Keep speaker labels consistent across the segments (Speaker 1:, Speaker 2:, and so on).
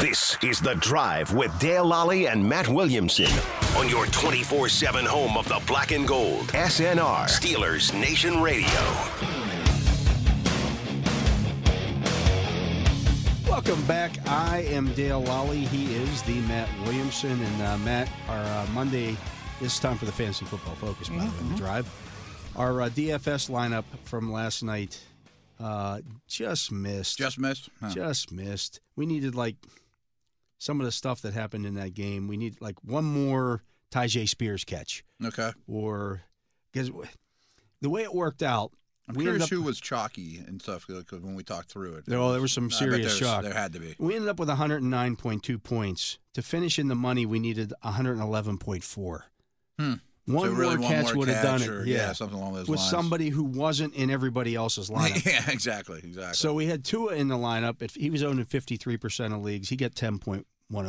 Speaker 1: This is The Drive with Dale Lally and Matt Williamson on your 24 7 home of the black and gold. SNR, Steelers Nation Radio.
Speaker 2: Welcome back. I am Dale Lally. He is the Matt Williamson. And uh, Matt, our uh, Monday, this is time for the Fantasy Football Focus, by the way,
Speaker 3: Mm-hmm.
Speaker 2: the drive. Our uh, DFS lineup from last night uh, just missed.
Speaker 3: Just missed. Huh.
Speaker 2: just missed. We needed like some of the stuff that happened in that game. We need like one more Tajay Spears catch,
Speaker 3: Okay.
Speaker 2: or because the way it worked out,
Speaker 3: I'm
Speaker 2: we ended
Speaker 3: curious
Speaker 2: up,
Speaker 3: who was chalky and stuff because when we talked through it,
Speaker 2: there, well, there was some
Speaker 3: I bet
Speaker 2: serious
Speaker 3: there's-
Speaker 2: shock.
Speaker 3: There had to be.
Speaker 2: We ended up with 109.2 points to finish in the money. We needed 111.4.
Speaker 3: Hmm.
Speaker 2: One
Speaker 3: so really
Speaker 2: more
Speaker 3: one
Speaker 2: catch
Speaker 3: more
Speaker 2: would have done
Speaker 3: catch
Speaker 2: it.
Speaker 3: or-
Speaker 2: yeah,
Speaker 3: something along those
Speaker 2: with
Speaker 3: lines.
Speaker 2: somebody who wasn't in everybody else's lineup.
Speaker 3: yeah, exactly, exactly.
Speaker 2: So we had Tua in the lineup. If he was owned in 53% of leagues, he got 10.10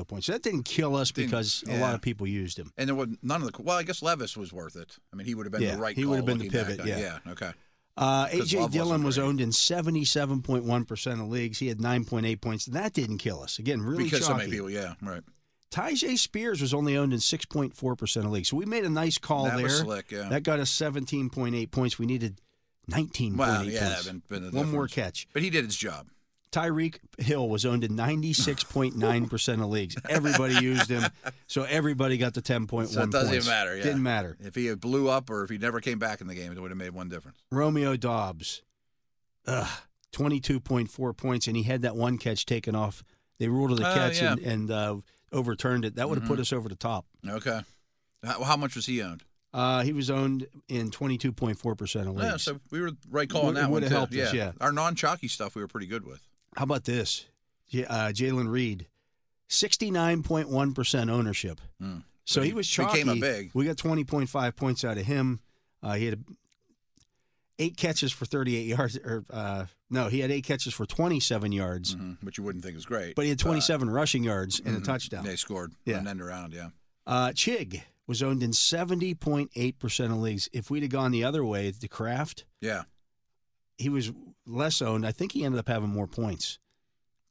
Speaker 2: points. So that didn't kill us
Speaker 3: Didn't-
Speaker 2: because a
Speaker 3: yeah.
Speaker 2: lot of people used him.
Speaker 3: and there was none of the. Well, I guess Levis was worth it. I mean, he would have been
Speaker 2: Yeah,
Speaker 3: the right.
Speaker 2: he
Speaker 3: call
Speaker 2: would have been the
Speaker 3: looking back
Speaker 2: pivot,
Speaker 3: on-
Speaker 2: yeah.
Speaker 3: Yeah. Okay.
Speaker 2: Uh,
Speaker 3: Because
Speaker 2: AJ
Speaker 3: Love wasn't
Speaker 2: Dillon was
Speaker 3: great.
Speaker 2: owned in 77.1% of leagues. He had 9.8 points. That didn't kill us. Again, really
Speaker 3: because so
Speaker 2: shocking.
Speaker 3: many people. Yeah. Right.
Speaker 2: Tajay Spears was only owned in 6.4% of leagues. So we made a nice call
Speaker 3: that
Speaker 2: there.
Speaker 3: was slick. Yeah.
Speaker 2: That got us 17.8 points. We needed 19.8
Speaker 3: wow.
Speaker 2: points.
Speaker 3: Yeah. That been, been the
Speaker 2: One more
Speaker 3: difference.
Speaker 2: catch.
Speaker 3: But he did his job.
Speaker 2: Tyreek Hill was owned in 96.9% of leagues. Everybody used him. So everybody got the 10.1
Speaker 3: So it doesn't
Speaker 2: points.
Speaker 3: even matter, yeah.
Speaker 2: Didn't matter.
Speaker 3: If he blew up or if he never came back in the game, it would have made one difference.
Speaker 2: Romeo Dobbs, ugh, 22.4 points, and he had that one catch taken off. They ruled it a
Speaker 3: Oh,
Speaker 2: catch
Speaker 3: yeah. Mm-hmm.
Speaker 2: and, and uh, overturned it. That would have put us over the top.
Speaker 3: Okay. How, how much was he owned?
Speaker 2: Uh, he was owned in 22.4% of leagues.
Speaker 3: Yeah, so we were right calling
Speaker 2: Would-
Speaker 3: that one
Speaker 2: would've
Speaker 3: too.
Speaker 2: helped
Speaker 3: yeah.
Speaker 2: us, yeah.
Speaker 3: our non-chalky stuff we were pretty good with.
Speaker 2: How about this? J- Uh, Jalen Reed, 69.1% ownership.
Speaker 3: Mm.
Speaker 2: So
Speaker 3: But
Speaker 2: he,
Speaker 3: he
Speaker 2: was chalky.
Speaker 3: became a big.
Speaker 2: We got 20.5 points out of him. Uh, he had eight catches for 38 yards. Or uh, No, he had eight catches for 27 yards,
Speaker 3: Mhm, which you wouldn't think is great.
Speaker 2: but he had 27 rushing yards and
Speaker 3: Mhm.
Speaker 2: a touchdown.
Speaker 3: They scored
Speaker 2: Yeah.
Speaker 3: an end around, yeah.
Speaker 2: Uh, Chig was owned in 70.8% of leagues. If we'd have gone the other way, the craft,
Speaker 3: Yeah.
Speaker 2: he was less owned. I think he ended up having more points.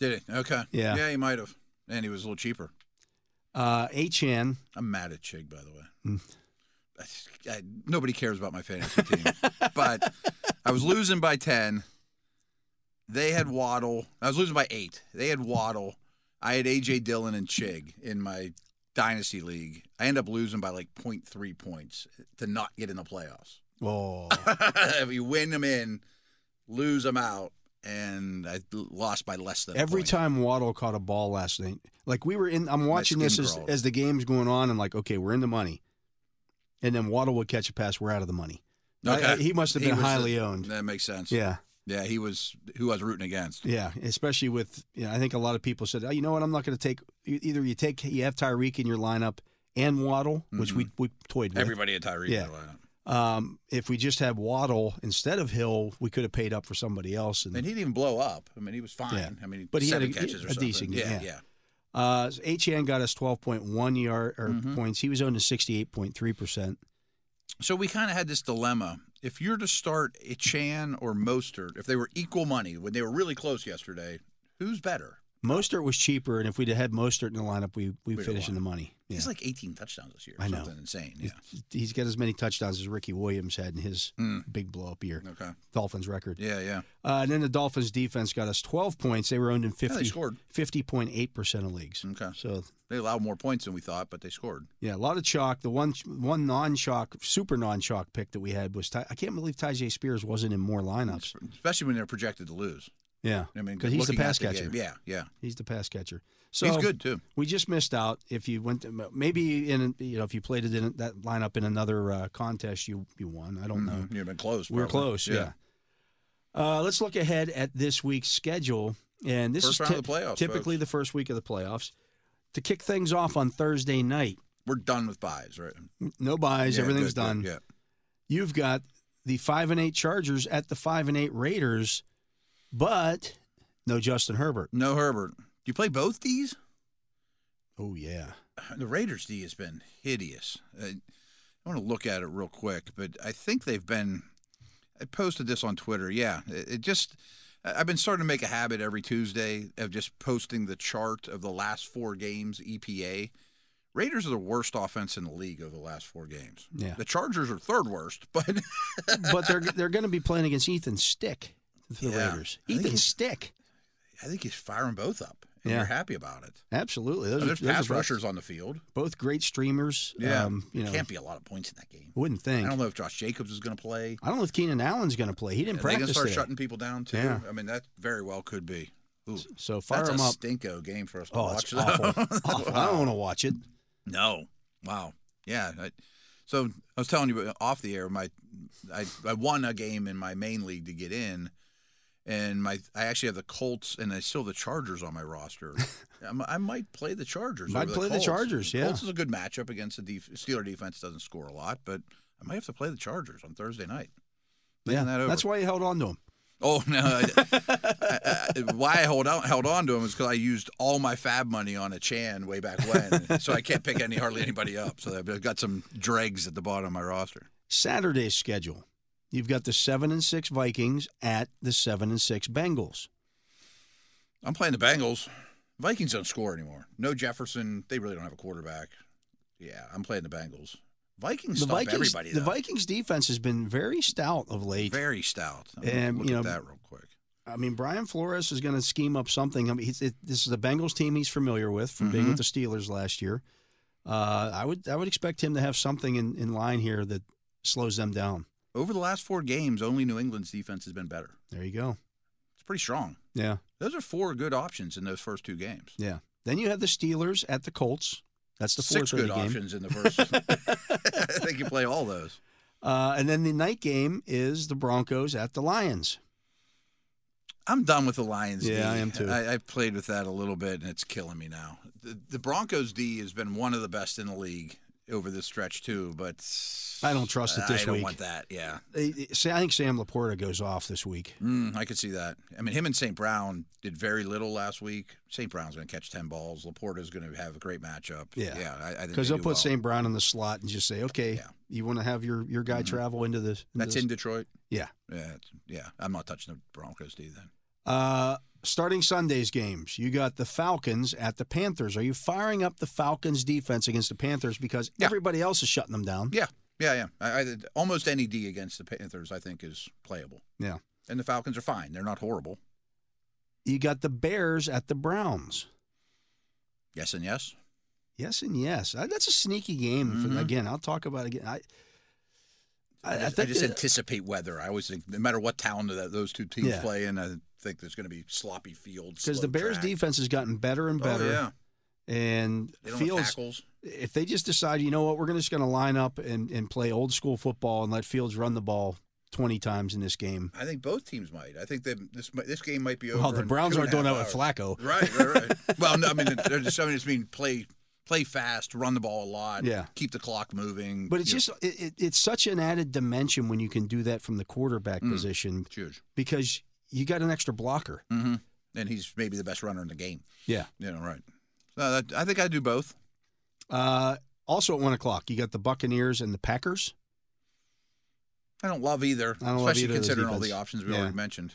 Speaker 3: Did he? Okay.
Speaker 2: Yeah.
Speaker 3: Yeah, he might have. And he was a little cheaper.
Speaker 2: Uh, Achan,
Speaker 3: I'm mad at Chig, by the way.
Speaker 2: Mm.
Speaker 3: I- I- nobody cares about my fantasy team. but I was losing by 10. They had Waddle. I was losing by eight. They had Waddle. I had A.J. Dillon and Chig in my dynasty league. I end up losing by like 0.3 points to not get in the playoffs.
Speaker 2: oh.
Speaker 3: if you win them in, lose them out, and I lost by less than a
Speaker 2: Every
Speaker 3: point.
Speaker 2: time Waddle caught a ball last night, like we were in, I'm watching this
Speaker 3: skin
Speaker 2: as,
Speaker 3: crawled.
Speaker 2: as the game's going on, and like, okay, we're in the money, and then Waddle would catch a pass, we're out of the money. I-
Speaker 3: Okay.
Speaker 2: I- he must have
Speaker 3: He
Speaker 2: been
Speaker 3: was the-
Speaker 2: highly owned.
Speaker 3: That makes sense.
Speaker 2: Yeah,
Speaker 3: Yeah, he was who I was rooting against.
Speaker 2: yeah. Especially with, you know, I think a lot of people said, oh, you know what, I'm not going to take e- either. You take, you have Tyreek in your lineup and Waddle, which we
Speaker 3: Mm-hmm.
Speaker 2: we toyed with.
Speaker 3: Everybody had Tyreek
Speaker 2: Yeah.
Speaker 3: in the lineup.
Speaker 2: Um, if we just had Waddle instead of Hill, we could have paid up for somebody else. And
Speaker 3: And he didn't blow up. I mean, he was fine.
Speaker 2: Yeah.
Speaker 3: I mean,
Speaker 2: But he had
Speaker 3: seven
Speaker 2: a-
Speaker 3: catches or
Speaker 2: a
Speaker 3: something.
Speaker 2: decent game,
Speaker 3: yeah,
Speaker 2: yeah. Uh, Achan got us 12.1 yard or
Speaker 3: Mm-hmm.
Speaker 2: points. He was owned to 68.3 percent.
Speaker 3: So we kind of had this dilemma. If you're to start Chan or Mostert, if they were equal money, when they were really close yesterday, who's better?
Speaker 2: Mostert was cheaper, and if we'd have had Mostert in the lineup, we we
Speaker 3: We'd have
Speaker 2: finish in the money. Yeah.
Speaker 3: He's like 18 touchdowns this year.
Speaker 2: I know.
Speaker 3: Something insane. Yeah.
Speaker 2: He's- he's got as many touchdowns as Ricky Williams had in his
Speaker 3: Hmm.
Speaker 2: big blow up year,
Speaker 3: Okay.
Speaker 2: Dolphins record.
Speaker 3: Yeah, yeah.
Speaker 2: Uh, and then the Dolphins defense got us 12 points. They were owned in
Speaker 3: yeah. They
Speaker 2: 50,
Speaker 3: scored. Mm,
Speaker 2: 50.8 percent of leagues.
Speaker 3: Okay.
Speaker 2: So
Speaker 3: They allowed more points than we thought, but they scored.
Speaker 2: yeah, a lot of chalk. The one one non chalk, super non chalk pick that we had was Ty- I can't believe Tajay Spears wasn't in more lineups.
Speaker 3: Especially when they're projected to lose.
Speaker 2: Yeah,
Speaker 3: I mean,
Speaker 2: 'Cause he's the
Speaker 3: looking at
Speaker 2: pass
Speaker 3: the
Speaker 2: catcher.
Speaker 3: game- Yeah, yeah.
Speaker 2: he's the pass catcher. So
Speaker 3: he's good too.
Speaker 2: We just missed out. If you went, to, maybe in you know if you played it in that lineup in another uh, contest, you you won. I don't know.
Speaker 3: Mhm. You've been close.
Speaker 2: We We're
Speaker 3: probably.
Speaker 2: close. Yeah. Uh, let's look ahead at this week's schedule, and this is
Speaker 3: First round
Speaker 2: typ-
Speaker 3: of the playoffs,
Speaker 2: typically the first week of the playoffs. To kick things off on Thursday night,
Speaker 3: We're done with buys, right?
Speaker 2: no buys,
Speaker 3: Yeah,
Speaker 2: everything's
Speaker 3: good, good,
Speaker 2: done.
Speaker 3: Yeah.
Speaker 2: You've got the five and eight Chargers at the five and eight Raiders, but no Justin Herbert.
Speaker 3: No Herbert. Do you play both D's?
Speaker 2: Oh yeah,
Speaker 3: The Raiders D has been hideous. I, I want to look at it real quick, but I think they've been. I posted this on Twitter. Yeah, it, it just. I- I've been starting to make a habit every Tuesday of just posting the chart of the last four games EPA. Raiders are the worst offense in the league over the last four games.
Speaker 2: Yeah.
Speaker 3: The Chargers are third worst, but
Speaker 2: but they're they're going to be playing against Ethan Stick for the
Speaker 3: Yeah.
Speaker 2: Raiders.
Speaker 3: I think
Speaker 2: Ethan
Speaker 3: it's-
Speaker 2: Stick,
Speaker 3: I think he's firing both up. And
Speaker 2: Yeah.
Speaker 3: you're happy about it.
Speaker 2: absolutely. Those, are-
Speaker 3: Now, Oh, there's
Speaker 2: those are
Speaker 3: pass
Speaker 2: both-
Speaker 3: rushers on the field.
Speaker 2: both great streamers.
Speaker 3: Yeah.
Speaker 2: um, you know,
Speaker 3: Can't be a lot of points in that game.
Speaker 2: wouldn't think.
Speaker 3: I don't know if Josh Jacobs is going to play.
Speaker 2: I don't know if Keenan Allen's going to play. He didn't
Speaker 3: Are they going
Speaker 2: practice
Speaker 3: to start
Speaker 2: today.
Speaker 3: shutting people down too?
Speaker 2: Yeah.
Speaker 3: I mean, that very well could be. Ooh,
Speaker 2: So fire
Speaker 3: that's
Speaker 2: him
Speaker 3: a
Speaker 2: up.
Speaker 3: stinko game for us to
Speaker 2: Oh,
Speaker 3: watch.
Speaker 2: it's awful.
Speaker 3: though.
Speaker 2: awful. I don't want to watch it.
Speaker 3: No. Wow. Yeah. I, so I was telling you off the air, my I, I won a game in my main league to get in, and my I actually have the Colts and I still have the Chargers on my roster. I'm- I might play the Chargers.
Speaker 2: Might
Speaker 3: over
Speaker 2: play the
Speaker 3: Colts.
Speaker 2: Chargers, yeah.
Speaker 3: Colts is a good matchup against the def- Steeler defense. Doesn't score a lot, but I might have to play the Chargers on Thursday night. Thinking
Speaker 2: Yeah,
Speaker 3: that over.
Speaker 2: that's why you held on to him.
Speaker 3: Oh no! I, I, I, why I hold on, held on to him is because I used all my Fab money on a Chan way back when, so I can't pick any hardly anybody up. So I've got some dregs at the bottom of my roster.
Speaker 2: Saturday's schedule. You've got the seven and six Vikings at the seven and six Bengals.
Speaker 3: I'm playing the Bengals. Vikings don't score anymore. No Jefferson. They really don't have a quarterback. Yeah, I'm playing the Bengals. Vikings
Speaker 2: The
Speaker 3: stump
Speaker 2: Vikings,
Speaker 3: everybody.
Speaker 2: the
Speaker 3: though.
Speaker 2: Vikings defense has been very stout of late.
Speaker 3: very stout. I'm
Speaker 2: And,
Speaker 3: and look
Speaker 2: you know,
Speaker 3: at that real quick.
Speaker 2: I mean, Brian Flores is going to scheme up something. I mean, he's, it, this is the Bengals team he's familiar with from being with the
Speaker 3: Mm-hmm.
Speaker 2: Steelers last year. Uh, I would I would expect him to have something in, in line here that slows them down.
Speaker 3: Over the last four games, only New England's defense has been better.
Speaker 2: There you go.
Speaker 3: It's pretty strong.
Speaker 2: Yeah,
Speaker 3: Those are four good options in those first two games.
Speaker 2: yeah. Then you have the Steelers at the Colts. That's the
Speaker 3: six
Speaker 2: 4:30
Speaker 3: good
Speaker 2: game.
Speaker 3: options in the first. they can play all those.
Speaker 2: Uh, and then the night game is the Broncos at the Lions.
Speaker 3: I'm done with the Lions. D.
Speaker 2: Yeah, I am too.
Speaker 3: I, I played with that a little bit, and it's killing me now. The, the Broncos D has been one of the best in the league over this stretch too, but
Speaker 2: I don't trust it this
Speaker 3: I don't
Speaker 2: week.
Speaker 3: want that. Yeah,
Speaker 2: They- they- say- I think Sam Laporta goes off this week.
Speaker 3: Mm, I could see that. I mean, him and St. Brown did very little last week. St. Brown's going to catch ten balls. Laporta's going to have a great matchup.
Speaker 2: Yeah.
Speaker 3: yeah. I, I think
Speaker 2: Because
Speaker 3: they
Speaker 2: they'll
Speaker 3: do
Speaker 2: put
Speaker 3: well.
Speaker 2: Sam Brown in the slot and just say, okay,
Speaker 3: Yeah.
Speaker 2: you want to have your, your guy
Speaker 3: Mhm.
Speaker 2: travel into this.
Speaker 3: That's
Speaker 2: this.
Speaker 3: in Detroit.
Speaker 2: Yeah.
Speaker 3: Yeah, it's- yeah. I'm not touching the Broncos D then.
Speaker 2: Uh, starting Sunday's games, you got the Falcons at the Panthers. Are you firing up the Falcons defense against the Panthers because
Speaker 3: Yeah.
Speaker 2: everybody else is shutting them down?
Speaker 3: Yeah, yeah, yeah. I, I, almost any D against the Panthers, I think, is playable.
Speaker 2: Yeah.
Speaker 3: And the Falcons are fine. They're not horrible.
Speaker 2: You got the Bears at the Browns.
Speaker 3: Yes and yes.
Speaker 2: Yes and yes. I, that's a sneaky game. for-
Speaker 3: Mhm.
Speaker 2: again, I'll talk about it again. I, I,
Speaker 3: I
Speaker 2: I
Speaker 3: just, I
Speaker 2: think
Speaker 3: just
Speaker 2: that-
Speaker 3: anticipate weather. I always think, no matter what town that those two teams
Speaker 2: Yeah.
Speaker 3: play in, I think there's going to be sloppy fields.
Speaker 2: because
Speaker 3: slow
Speaker 2: the Bears
Speaker 3: track.
Speaker 2: defense has gotten better and better.
Speaker 3: Oh, yeah.
Speaker 2: And
Speaker 3: They don't have
Speaker 2: Fields,
Speaker 3: tackles.
Speaker 2: if they just decide, you know what, we're gonna- just going to line up and, and play old school football and let Fields run the ball 20 times in this game.
Speaker 3: I think both teams might. I think that this mi- this game might be over.
Speaker 2: Well, the
Speaker 3: in
Speaker 2: Browns
Speaker 3: two
Speaker 2: aren't
Speaker 3: and a
Speaker 2: doing that with
Speaker 3: half hours.
Speaker 2: Flacco.
Speaker 3: Right, right, right. well, no, I mean, they're just, I mean, just mean play play fast, run the ball a lot,
Speaker 2: Yeah.
Speaker 3: keep the clock moving.
Speaker 2: But it's
Speaker 3: you know,
Speaker 2: just it, it, it's such an added dimension when you can do that from the quarterback
Speaker 3: Mm.
Speaker 2: position
Speaker 3: it's huge.
Speaker 2: because you got an extra blocker.
Speaker 3: Mm-hmm. And he's maybe the best runner in the game.
Speaker 2: Yeah.
Speaker 3: You know, right. No, that, I think I do both.
Speaker 2: Uh, also at one o'clock, you got the Buccaneers and the Packers.
Speaker 3: I don't love either,
Speaker 2: I don't love
Speaker 3: especially
Speaker 2: either of those
Speaker 3: considering all
Speaker 2: defense.
Speaker 3: the options we
Speaker 2: Yeah.
Speaker 3: already mentioned.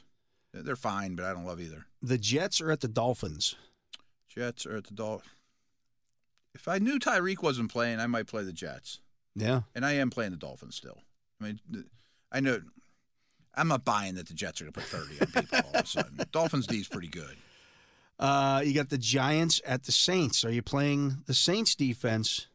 Speaker 3: They're fine, but I don't love either.
Speaker 2: The Jets are at the Dolphins.
Speaker 3: Jets are at the Dolphins. If I knew Tyreek wasn't playing, I might play the Jets.
Speaker 2: Yeah,
Speaker 3: And I am playing the Dolphins still. I mean, th- I know I'm not buying that the Jets are going to put 30 on people all of a sudden. Dolphins D is pretty good.
Speaker 2: uh, you got the Giants at the Saints. Are you playing the Saints defense?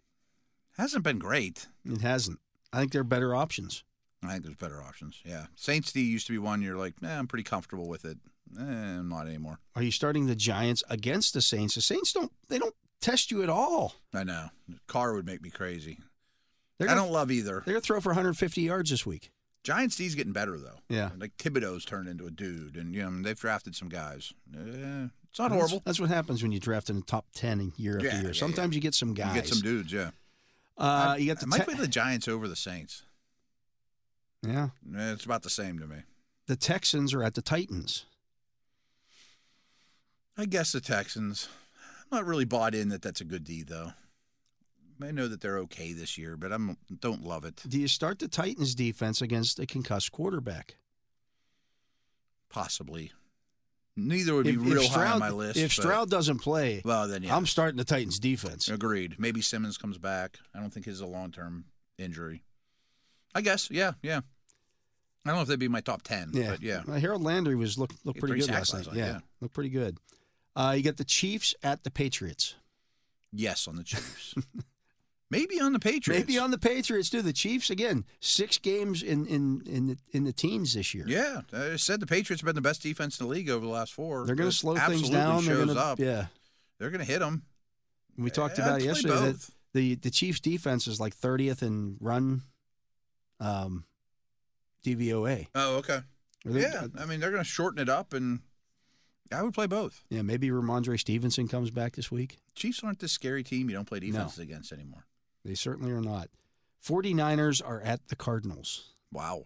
Speaker 3: Hasn't been great.
Speaker 2: It hasn't. I think they're better options.
Speaker 3: I think there's better options. Yeah. Saints D used to be one you're like, nah, I'm pretty comfortable with it. Eh, I'm not anymore.
Speaker 2: Are you starting the Giants against the Saints? The Saints don't they don't test you at all.
Speaker 3: I know. Car would make me crazy.
Speaker 2: They're
Speaker 3: I
Speaker 2: gonna,
Speaker 3: don't love either.
Speaker 2: they're gonna throw for 150 yards this week.
Speaker 3: Giants D's getting better though.
Speaker 2: Yeah.
Speaker 3: Like Thibodeau's turned into a dude, and you know they've drafted some guys. Eh, it's not
Speaker 2: That's-
Speaker 3: horrible.
Speaker 2: That's, what happens when you draft in the top 10 year after
Speaker 3: Yeah,
Speaker 2: year.
Speaker 3: yeah,
Speaker 2: Sometimes you get some
Speaker 3: You
Speaker 2: guys.
Speaker 3: get some dudes, yeah.
Speaker 2: uh,
Speaker 3: I-
Speaker 2: you got
Speaker 3: I
Speaker 2: the
Speaker 3: might
Speaker 2: Te-
Speaker 3: play the Giants over the Saints.
Speaker 2: yeah.
Speaker 3: Eh, It's about the same to me.
Speaker 2: The Texans are at the Titans.
Speaker 3: I guess the Texans. I'm not really bought in that that's a good D though. I know that they're okay this year, but I'm don't love it.
Speaker 2: Do you start the Titans defense against a concussed quarterback?
Speaker 3: Possibly. Neither would be real high on my list.
Speaker 2: if
Speaker 3: but-
Speaker 2: Stroud doesn't play,
Speaker 3: well, then yeah,
Speaker 2: I'm starting the Titans defense.
Speaker 3: agreed. Maybe Simmons comes back. I don't think his is a long term injury. I guess, yeah, yeah. I don't know if that'd be my top ten, but yeah,
Speaker 2: Uh, Harold Landry was looked looked
Speaker 3: Yeah,
Speaker 2: pretty
Speaker 3: three
Speaker 2: good last
Speaker 3: sacks
Speaker 2: night.
Speaker 3: last night,
Speaker 2: yeah,
Speaker 3: yeah.
Speaker 2: looked pretty good. Uh, you got the Chiefs at the Patriots.
Speaker 3: yes on the Chiefs. Maybe on the Patriots.
Speaker 2: Maybe on the Patriots too. The Chiefs again, six games in in in the, in the teens this year.
Speaker 3: Yeah, I said the Patriots have been the best defense in the league over the last four.
Speaker 2: they're going
Speaker 3: It
Speaker 2: to slow
Speaker 3: absolutely
Speaker 2: things down. They're
Speaker 3: Shows
Speaker 2: gonna,
Speaker 3: up.
Speaker 2: Yeah,
Speaker 3: They're going to hit them.
Speaker 2: we talked
Speaker 3: Yeah,
Speaker 2: about it
Speaker 3: I'd play
Speaker 2: yesterday. That
Speaker 3: both.
Speaker 2: the the Chiefs defense is like thirtieth in run, um, DVOA.
Speaker 3: Oh, okay.
Speaker 2: Are they- uh,
Speaker 3: yeah, I mean they're going to shorten it up, and I would play both.
Speaker 2: yeah. Maybe Ramondre Stevenson comes back this week.
Speaker 3: Chiefs aren't this scary team you don't play defenses against anymore.
Speaker 2: They certainly are not. 49ers are at the Cardinals.
Speaker 3: Wow,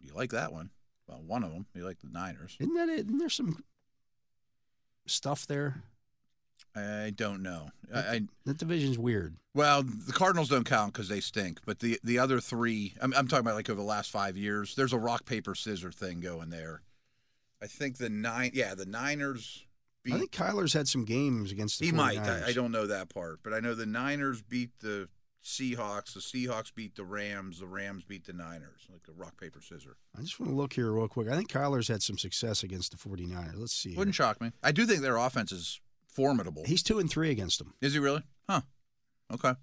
Speaker 3: you like that one? Well, one of them. You like the Niners?
Speaker 2: Isn't that it? Isn't there some stuff there?
Speaker 3: I don't know. I, I
Speaker 2: That division's weird.
Speaker 3: well, the Cardinals don't count because they stink, but the the other three, I'm, I'm talking about like over the last five years. There's a rock paper scissor thing going there. I think the nine, yeah, the Niners. Beat
Speaker 2: I think Kyler's had some games against the
Speaker 3: He might.
Speaker 2: 49ers.
Speaker 3: I, I don't know that part, but I know the Niners beat the Seahawks. The Seahawks beat the Rams. The Rams beat the Niners. Like a rock paper scissors.
Speaker 2: I just want to look here real quick. I think Kyler's had some success against the 49ers. Let's see. here.
Speaker 3: Wouldn't shock me. I do think their offense is formidable.
Speaker 2: He's 2 and 3 against them.
Speaker 3: is he really? Huh. Okay.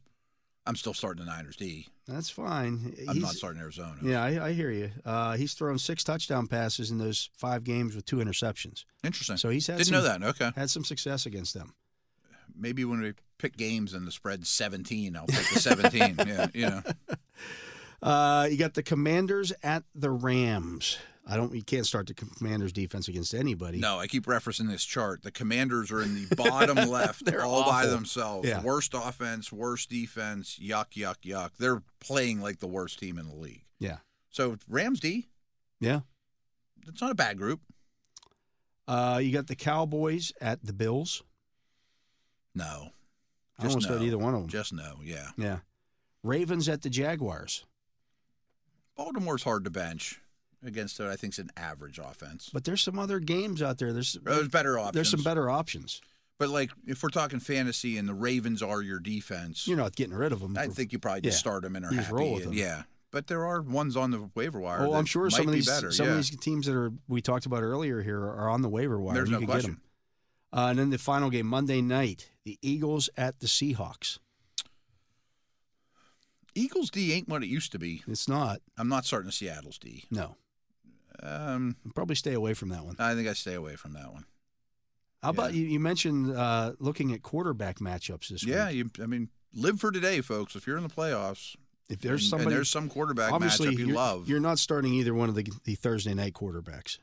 Speaker 3: I'm still starting the Niners D.
Speaker 2: That's fine.
Speaker 3: I'm
Speaker 2: He's-
Speaker 3: not starting Arizona.
Speaker 2: Yeah, I, I hear you. Uh, he's thrown six touchdown passes in those five games with two interceptions.
Speaker 3: Interesting.
Speaker 2: So he's had
Speaker 3: Didn't
Speaker 2: some,
Speaker 3: know that. Okay.
Speaker 2: had some success against them.
Speaker 3: Maybe when we pick games and the spread's 17, I'll pick the 17. yeah. You know.
Speaker 2: Uh, you got the Commanders at the Rams. I don't. You can't start the Commanders defense against anybody.
Speaker 3: No, I keep referencing this chart. The Commanders are in the bottom left,
Speaker 2: They're
Speaker 3: all by
Speaker 2: awful.
Speaker 3: themselves.
Speaker 2: Yeah.
Speaker 3: Worst offense, worst defense. Yuck, yuck, yuck. They're playing like the worst team in the league.
Speaker 2: Yeah.
Speaker 3: So Rams D,
Speaker 2: Yeah.
Speaker 3: it's not a bad group.
Speaker 2: Uh, you got the Cowboys at the Bills.
Speaker 3: No,
Speaker 2: I don't
Speaker 3: Just
Speaker 2: want to start
Speaker 3: no.
Speaker 2: either one of them.
Speaker 3: just no. Yeah,
Speaker 2: yeah. Ravens at the Jaguars,
Speaker 3: Baltimore's hard to bench against what I think is an average offense.
Speaker 2: but there's some other games out there. There's
Speaker 3: There's better options.
Speaker 2: there's some better options.
Speaker 3: but like if we're talking fantasy and the Ravens are your defense,
Speaker 2: You're not getting rid of them.
Speaker 3: I
Speaker 2: for-
Speaker 3: think you probably just
Speaker 2: yeah.
Speaker 3: start them and are
Speaker 2: You just
Speaker 3: happy.
Speaker 2: roll with
Speaker 3: and-
Speaker 2: them.
Speaker 3: Yeah. But there are ones on the waiver wire.
Speaker 2: Oh,
Speaker 3: that
Speaker 2: I'm sure some
Speaker 3: might
Speaker 2: of
Speaker 3: be
Speaker 2: these
Speaker 3: better.
Speaker 2: some of
Speaker 3: yeah.
Speaker 2: these teams that are we talked about earlier here are on the waiver wire.
Speaker 3: There's
Speaker 2: you
Speaker 3: no
Speaker 2: could
Speaker 3: question.
Speaker 2: get them. Uh, and then the final game Monday night, the Eagles at the Seahawks.
Speaker 3: Eagles D ain't what it used to be.
Speaker 2: It's not.
Speaker 3: I'm not starting the Seattle's D.
Speaker 2: No,
Speaker 3: Um,
Speaker 2: I'll probably stay away from that one.
Speaker 3: I think I stay away from that one.
Speaker 2: How about
Speaker 3: Yeah.
Speaker 2: you? You mentioned uh, looking at quarterback matchups this
Speaker 3: yeah,
Speaker 2: week.
Speaker 3: you, I mean, live for today, folks. If you're in the playoffs,
Speaker 2: If there's
Speaker 3: and,
Speaker 2: somebody,
Speaker 3: and there's some quarterback
Speaker 2: obviously
Speaker 3: matchup you
Speaker 2: you're-
Speaker 3: love.
Speaker 2: You're not starting either one of the, the Thursday night quarterbacks.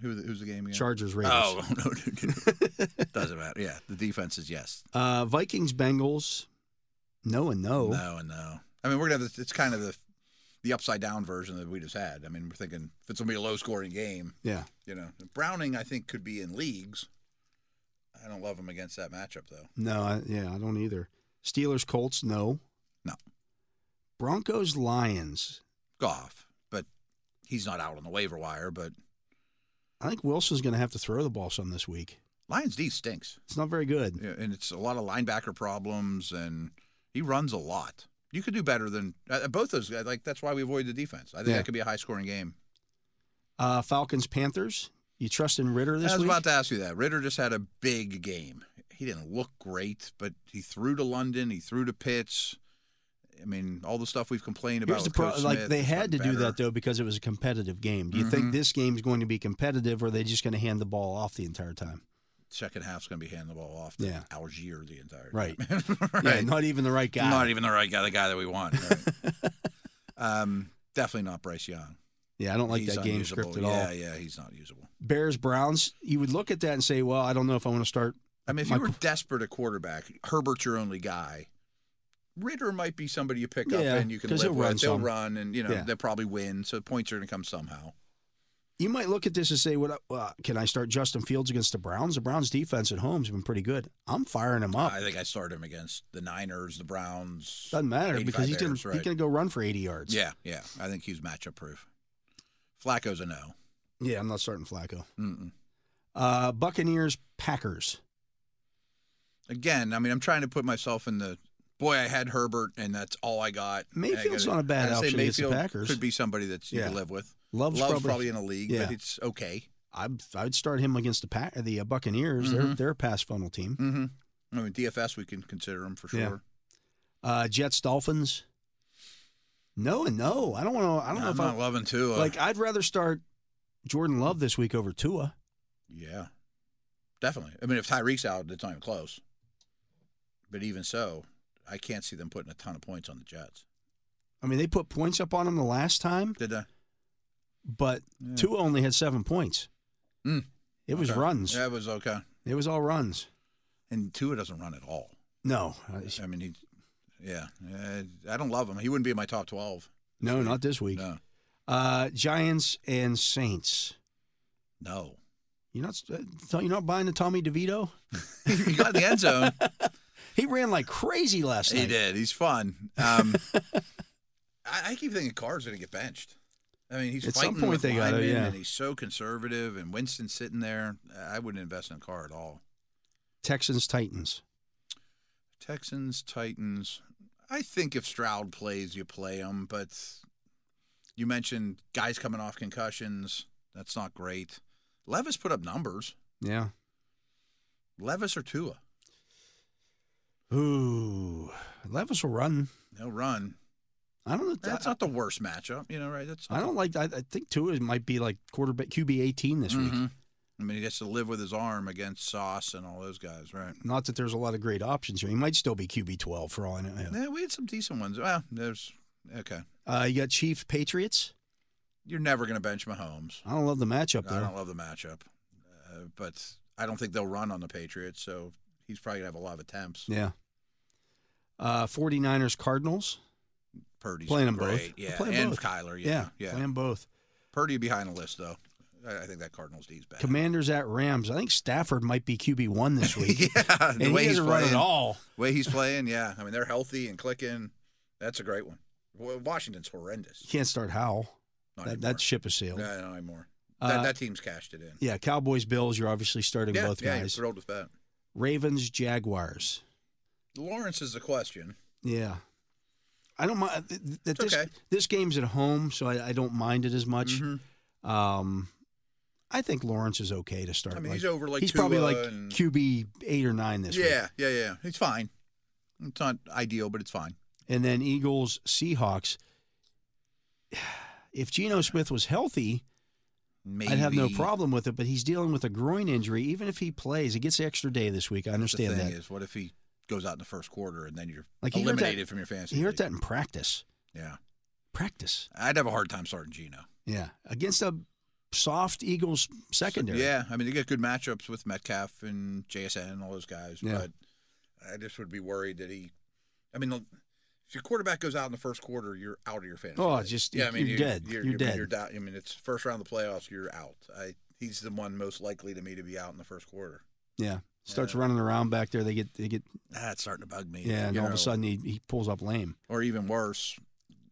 Speaker 3: Who, who's the game again?
Speaker 2: Chargers, Ravens,
Speaker 3: Oh no, no, no, no. doesn't matter. Yeah, the defense is yes,
Speaker 2: uh, Vikings, Bengals. No and no.
Speaker 3: no, and no. I mean, we're gonna have this, it's kind of the the upside down version that we just had. I mean, we're thinking if it's gonna be a low scoring game,
Speaker 2: Yeah,
Speaker 3: you know, Browning I think could be in leagues. I don't love him against that matchup though.
Speaker 2: no. I, yeah, I don't either. Steelers, Colts. No.
Speaker 3: No.
Speaker 2: Broncos, Lions.
Speaker 3: Goff, but he's not out on the waiver wire. But
Speaker 2: I think Wilson's going to have to throw the ball some this week.
Speaker 3: Lions D stinks,
Speaker 2: It's not very good.
Speaker 3: Yeah, and it's a lot of linebacker problems, and he runs a lot. You could do better than uh, both those guys. Like that's why we avoid the defense. I think
Speaker 2: Yeah.
Speaker 3: that could be a high scoring game.
Speaker 2: Uh, Falcons, Panthers. You trust in Ritter this
Speaker 3: I was
Speaker 2: week?
Speaker 3: about to ask you that. Ritter just had a big game. He didn't look great, but he threw to London. He threw to Pitts. I mean, all the stuff we've complained about.
Speaker 2: Here's the
Speaker 3: with
Speaker 2: pro-
Speaker 3: Coach
Speaker 2: like
Speaker 3: Smith,
Speaker 2: they
Speaker 3: he's
Speaker 2: had to
Speaker 3: gotten
Speaker 2: do that
Speaker 3: better.
Speaker 2: though because it was a competitive game. Do you think
Speaker 3: Mhm.
Speaker 2: this game's going to be competitive, or are they just going to hand the ball off the entire time?
Speaker 3: Second half's going to be handing the ball off to
Speaker 2: Yeah.
Speaker 3: Algier the entire
Speaker 2: Right.
Speaker 3: time. right.
Speaker 2: Yeah, not even the right guy.
Speaker 3: Not even the right guy, the guy that we want. right. um, definitely not Bryce Young.
Speaker 2: yeah, I don't like
Speaker 3: He's
Speaker 2: that game
Speaker 3: unusable.
Speaker 2: script at
Speaker 3: yeah,
Speaker 2: all.
Speaker 3: Yeah, he's not usable.
Speaker 2: Bears Browns. You would look at that and say, well, I don't know if I want to start.
Speaker 3: I mean, if
Speaker 2: My
Speaker 3: you were
Speaker 2: qu-
Speaker 3: desperate at quarterback, Herbert's your only guy. Ritter might be somebody you pick up
Speaker 2: Yeah,
Speaker 3: and you can
Speaker 2: 'cause
Speaker 3: live
Speaker 2: he'll
Speaker 3: with.
Speaker 2: run
Speaker 3: they'll
Speaker 2: some.
Speaker 3: run and you know
Speaker 2: Yeah.
Speaker 3: they'll probably win, so points are going to come somehow.
Speaker 2: You might look at this and say, "What uh, can I start Justin Fields against the Browns? The Browns defense at home's been pretty good. I'm firing him up.
Speaker 3: I think I started him against the Niners, the Browns.
Speaker 2: Doesn't matter
Speaker 3: 85
Speaker 2: because he's gonna
Speaker 3: Bears,
Speaker 2: he's
Speaker 3: right.
Speaker 2: gonna go run for 80 yards.
Speaker 3: Yeah, yeah. I think he's matchup proof. Flacco's a no.
Speaker 2: yeah. I'm not starting Flacco.
Speaker 3: Mm-mm.
Speaker 2: Uh, Buccaneers, Packers.
Speaker 3: Again, I mean, I'm trying to put myself in the boy. I had Herbert, and that's all I got. And I
Speaker 2: Mayfield's
Speaker 3: gotta-
Speaker 2: not a bad
Speaker 3: I'd say
Speaker 2: option against the
Speaker 3: Mayfield
Speaker 2: Packers.
Speaker 3: could be somebody that you
Speaker 2: Yeah.
Speaker 3: could live with.
Speaker 2: Love's,
Speaker 3: Love's,
Speaker 2: probably.
Speaker 3: probably, in a league,
Speaker 2: yeah.
Speaker 3: but it's okay.
Speaker 2: I'd, I'd start him against the Pack, the uh, Buccaneers. They're
Speaker 3: Mhm.
Speaker 2: they're a pass funnel team.
Speaker 3: Mm-hmm. I mean, DFS we can consider him for sure.
Speaker 2: Yeah. Uh, Jets, Dolphins. No and no. I don't want to. I don't know
Speaker 3: I'm
Speaker 2: if
Speaker 3: not
Speaker 2: I
Speaker 3: loving Tua.
Speaker 2: like. I'd rather start Jordan Love this week over Tua.
Speaker 3: yeah, definitely. I mean, if Tyreek's out, it's not even close. But even so, I can't see them putting a ton of points on the Jets.
Speaker 2: I mean, they put points up on him the last time,
Speaker 3: Did they?
Speaker 2: but
Speaker 3: Yeah.
Speaker 2: Tua only had seven points.
Speaker 3: Mm.
Speaker 2: It was
Speaker 3: Okay.
Speaker 2: runs.
Speaker 3: Yeah, it was okay.
Speaker 2: It was all runs.
Speaker 3: And Tua doesn't run at all.
Speaker 2: No, uh, I-
Speaker 3: I mean, he, yeah, Uh, I don't love him. He wouldn't be in my top twelve.
Speaker 2: no, not this week.
Speaker 3: No,
Speaker 2: Uh, Giants and Saints.
Speaker 3: no.
Speaker 2: You're not you're not buying the Tommy DeVito.
Speaker 3: he got in the end zone.
Speaker 2: He ran like crazy last
Speaker 3: he
Speaker 2: night.
Speaker 3: did. He's fun. Um, I, I keep thinking Carr's going to get benched. I mean, he's
Speaker 2: At some
Speaker 3: fighting
Speaker 2: point
Speaker 3: with
Speaker 2: they gotta,
Speaker 3: linemen,
Speaker 2: yeah.
Speaker 3: and he's so conservative. And Winston's sitting there. I wouldn't invest in Carr at all.
Speaker 2: Texans Titans.
Speaker 3: Texans, Titans. I think if Stroud plays, you play him. But you mentioned guys coming off concussions. That's not great. Levis put up numbers.
Speaker 2: Yeah.
Speaker 3: Levis or Tua?
Speaker 2: Ooh, Levis will run.
Speaker 3: No run.
Speaker 2: I don't know.
Speaker 3: That's not the worst matchup, you know, right? That's
Speaker 2: I don't like. I, I think Tua might be like quarterback QB eighteen this week.
Speaker 3: Mhm. I mean, he gets to live with his arm against Sauce and all those guys, right?
Speaker 2: Not that there's a lot of great options here. He might still be QB twelve for all I know.
Speaker 3: Yeah, we had some decent ones. Well, there's okay.
Speaker 2: Uh, you got Chiefs Patriots.
Speaker 3: You're never going to bench Mahomes.
Speaker 2: I don't love the matchup
Speaker 3: I
Speaker 2: there.
Speaker 3: don't love the matchup, uh, but I don't think they'll run on the Patriots, so he's probably going to have a lot of attempts.
Speaker 2: Yeah. Uh, 49ers Cardinals.
Speaker 3: Purdy's
Speaker 2: Playing 'em
Speaker 3: great.
Speaker 2: both.
Speaker 3: yeah,
Speaker 2: Play 'em
Speaker 3: and
Speaker 2: both.
Speaker 3: Kyler, yeah, yeah.
Speaker 2: Play 'em both.
Speaker 3: Purdy would be high on the list though. I, I think that Cardinals D's bad.
Speaker 2: Commanders at Rams. I think Stafford might be QB one this week.
Speaker 3: yeah, the
Speaker 2: and
Speaker 3: way
Speaker 2: he
Speaker 3: he's
Speaker 2: doesn't run
Speaker 3: playing,
Speaker 2: at all.
Speaker 3: way he's playing, yeah. I mean, they're healthy and clicking. That's a great one. Well, Washington's horrendous.
Speaker 2: Can't start Howell.
Speaker 3: Not
Speaker 2: That,
Speaker 3: anymore.
Speaker 2: that ship is sailed.
Speaker 3: No, not anymore.
Speaker 2: Uh,
Speaker 3: that, that team's cashed it in.
Speaker 2: Yeah, Cowboys, Bills. You're obviously starting
Speaker 3: yeah,
Speaker 2: both
Speaker 3: yeah,
Speaker 2: guys.
Speaker 3: you're thrilled with that.
Speaker 2: Ravens, Jaguars.
Speaker 3: Lawrence is the question.
Speaker 2: Yeah, I don't mind th- th- that.
Speaker 3: It's
Speaker 2: This,
Speaker 3: okay.
Speaker 2: this game's at home, so I, I don't mind it as much.
Speaker 3: Mhm.
Speaker 2: Um, I think Lawrence is okay to start.
Speaker 3: I mean,
Speaker 2: Like,
Speaker 3: he's over like
Speaker 2: he's
Speaker 3: Tua
Speaker 2: probably like
Speaker 3: and,
Speaker 2: QB eight or nine this week.
Speaker 3: yeah, yeah, yeah. He's fine. It's not ideal, but it's fine.
Speaker 2: And then Eagles, Seahawks. If Geno Smith was healthy,
Speaker 3: Maybe
Speaker 2: I'd have no problem with it, but he's dealing with a groin injury. Even if he plays, he gets the extra day this week. I
Speaker 3: the
Speaker 2: understand
Speaker 3: thing
Speaker 2: that.
Speaker 3: is, what if he goes out in the first quarter and then you're
Speaker 2: Like, he heard that-
Speaker 3: eliminated from your fantasy?
Speaker 2: He hurt
Speaker 3: league?
Speaker 2: that in practice.
Speaker 3: Yeah,
Speaker 2: Practice.
Speaker 3: I'd have a hard time starting Gino.
Speaker 2: Yeah. Against a soft Eagles secondary.
Speaker 3: Yeah, I mean, they get good matchups with Metcalf and JSN and all those guys,
Speaker 2: Yeah.
Speaker 3: but I just would be worried that he. I mean, if your quarterback goes out in the first quarter, you're out of your fantasy.
Speaker 2: Oh,
Speaker 3: league.
Speaker 2: just-
Speaker 3: yeah, I mean,
Speaker 2: you're
Speaker 3: you-
Speaker 2: dead.
Speaker 3: You're,
Speaker 2: You're
Speaker 3: I mean,
Speaker 2: dead.
Speaker 3: You're down. I mean, it's first round of the playoffs. You're out. I. He's the one most likely to me to be out in the first quarter.
Speaker 2: Yeah. Starts
Speaker 3: Yeah.
Speaker 2: running around back there. They get, they get,
Speaker 3: That's starting to bug me.
Speaker 2: yeah. And
Speaker 3: you
Speaker 2: all of
Speaker 3: know.
Speaker 2: a sudden he, he pulls up lame.
Speaker 3: or even worse,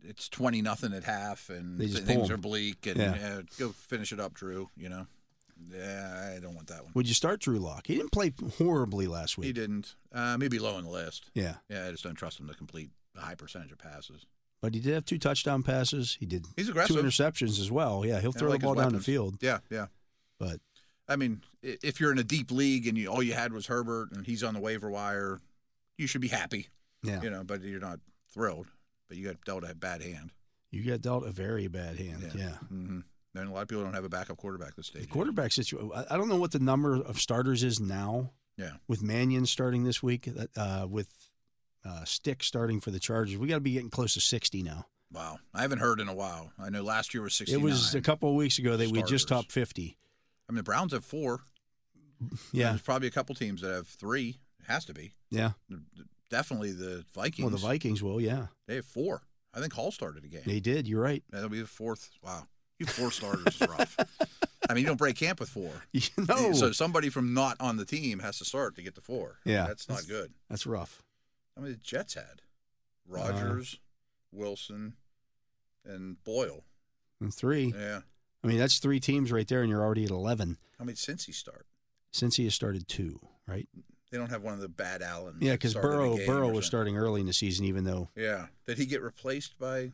Speaker 3: it's twenty nothing at half, and
Speaker 2: They just
Speaker 3: th-
Speaker 2: pull
Speaker 3: things
Speaker 2: him.
Speaker 3: are bleak, and
Speaker 2: Yeah.
Speaker 3: uh, go finish it up, Drew. You know, yeah, I don't want that one.
Speaker 2: Would you start Drew Lock? He didn't play horribly last week.
Speaker 3: He didn't. Uh, maybe low on the list.
Speaker 2: Yeah.
Speaker 3: Yeah, I just don't trust him to complete a high percentage of passes.
Speaker 2: But he did have two touchdown passes. He did
Speaker 3: He's
Speaker 2: two
Speaker 3: aggressive.
Speaker 2: interceptions as well. Yeah. He'll
Speaker 3: and I
Speaker 2: throw
Speaker 3: like
Speaker 2: the ball
Speaker 3: his
Speaker 2: down the
Speaker 3: weapons.
Speaker 2: field.
Speaker 3: Yeah, yeah.
Speaker 2: But
Speaker 3: I mean, i- if you're in a deep league and you, all you had was Herbert and he's on the waiver wire, you should be happy,
Speaker 2: yeah,
Speaker 3: you know, but you're not thrilled. But you got dealt a bad hand.
Speaker 2: you got dealt a very bad hand.
Speaker 3: Yeah.
Speaker 2: yeah.
Speaker 3: Mm-hmm. And a lot of people don't have a backup quarterback this
Speaker 2: The
Speaker 3: stage.
Speaker 2: quarterback situation. I don't know what the number of starters is now.
Speaker 3: Yeah.
Speaker 2: With Mannion starting this week, that, uh, with uh, Stick starting for the Chargers, we got to be getting close to sixty now.
Speaker 3: Wow. I haven't heard in a while. I know last year was 69.
Speaker 2: It was a couple of weeks ago that we just
Speaker 3: starters.
Speaker 2: topped fifty.
Speaker 3: I mean, the Browns have four.
Speaker 2: Yeah,
Speaker 3: There's probably a couple teams that have three. It has to be.
Speaker 2: yeah.
Speaker 3: Definitely the Vikings.
Speaker 2: Well, the Vikings will. Yeah,
Speaker 3: They have four. I think Hall started a game.
Speaker 2: they did. You're right.
Speaker 3: That'll be the fourth. Wow. You four starters is rough. I mean, you don't break camp with four.
Speaker 2: no,
Speaker 3: So somebody from not on the team has to start to get to four.
Speaker 2: Yeah.
Speaker 3: That's not good.
Speaker 2: that's rough.
Speaker 3: I mean, the Jets had Rogers,
Speaker 2: Uh-huh.
Speaker 3: Wilson, and Boyle.
Speaker 2: And three.
Speaker 3: Yeah.
Speaker 2: I mean, that's three teams right there, and you're already at eleven.
Speaker 3: How many since he start?
Speaker 2: since he has started two, right?
Speaker 3: They don't have one of the bad Allen.
Speaker 2: Yeah, because Burrow Burrow was starting early in the season, even though
Speaker 3: Yeah. Did he get replaced by?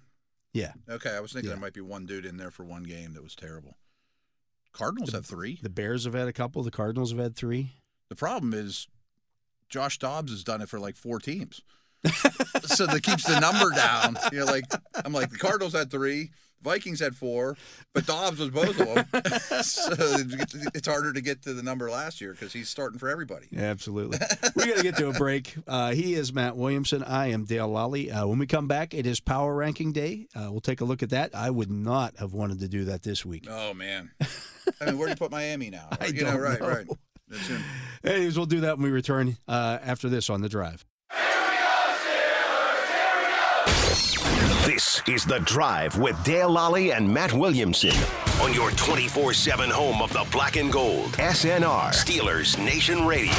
Speaker 2: yeah,
Speaker 3: Okay, I was thinking
Speaker 2: Yeah.
Speaker 3: there might be one dude in there for one game that was terrible. Cardinals have three.
Speaker 2: the Bears have had a couple, the Cardinals have had three.
Speaker 3: The problem is Josh Dobbs has done it for like four teams. so that keeps the number down. You're like, I'm like, the Cardinals had three, Vikings had four, but Dobbs was both of them. so it's harder to get to the number last year because he's starting for everybody.
Speaker 2: Yeah, absolutely. we got to get to a break. Uh, he is Matt Williamson. I am Dale Lally. Uh, when we come back, it is Power Ranking Day. Uh, we'll take a look at that. I would not have wanted to do that this week.
Speaker 3: Oh, man. I mean, where do you put Miami now?
Speaker 2: I
Speaker 3: you
Speaker 2: don't
Speaker 3: know, right,
Speaker 2: know.
Speaker 3: right. That's him.
Speaker 2: Anyways, we'll do that when we return uh, after this on the drive.
Speaker 1: This is The Drive with Dale Lally and Matt Williamson on your 24 7 home of the black and gold. SNR, Steelers Nation Radio.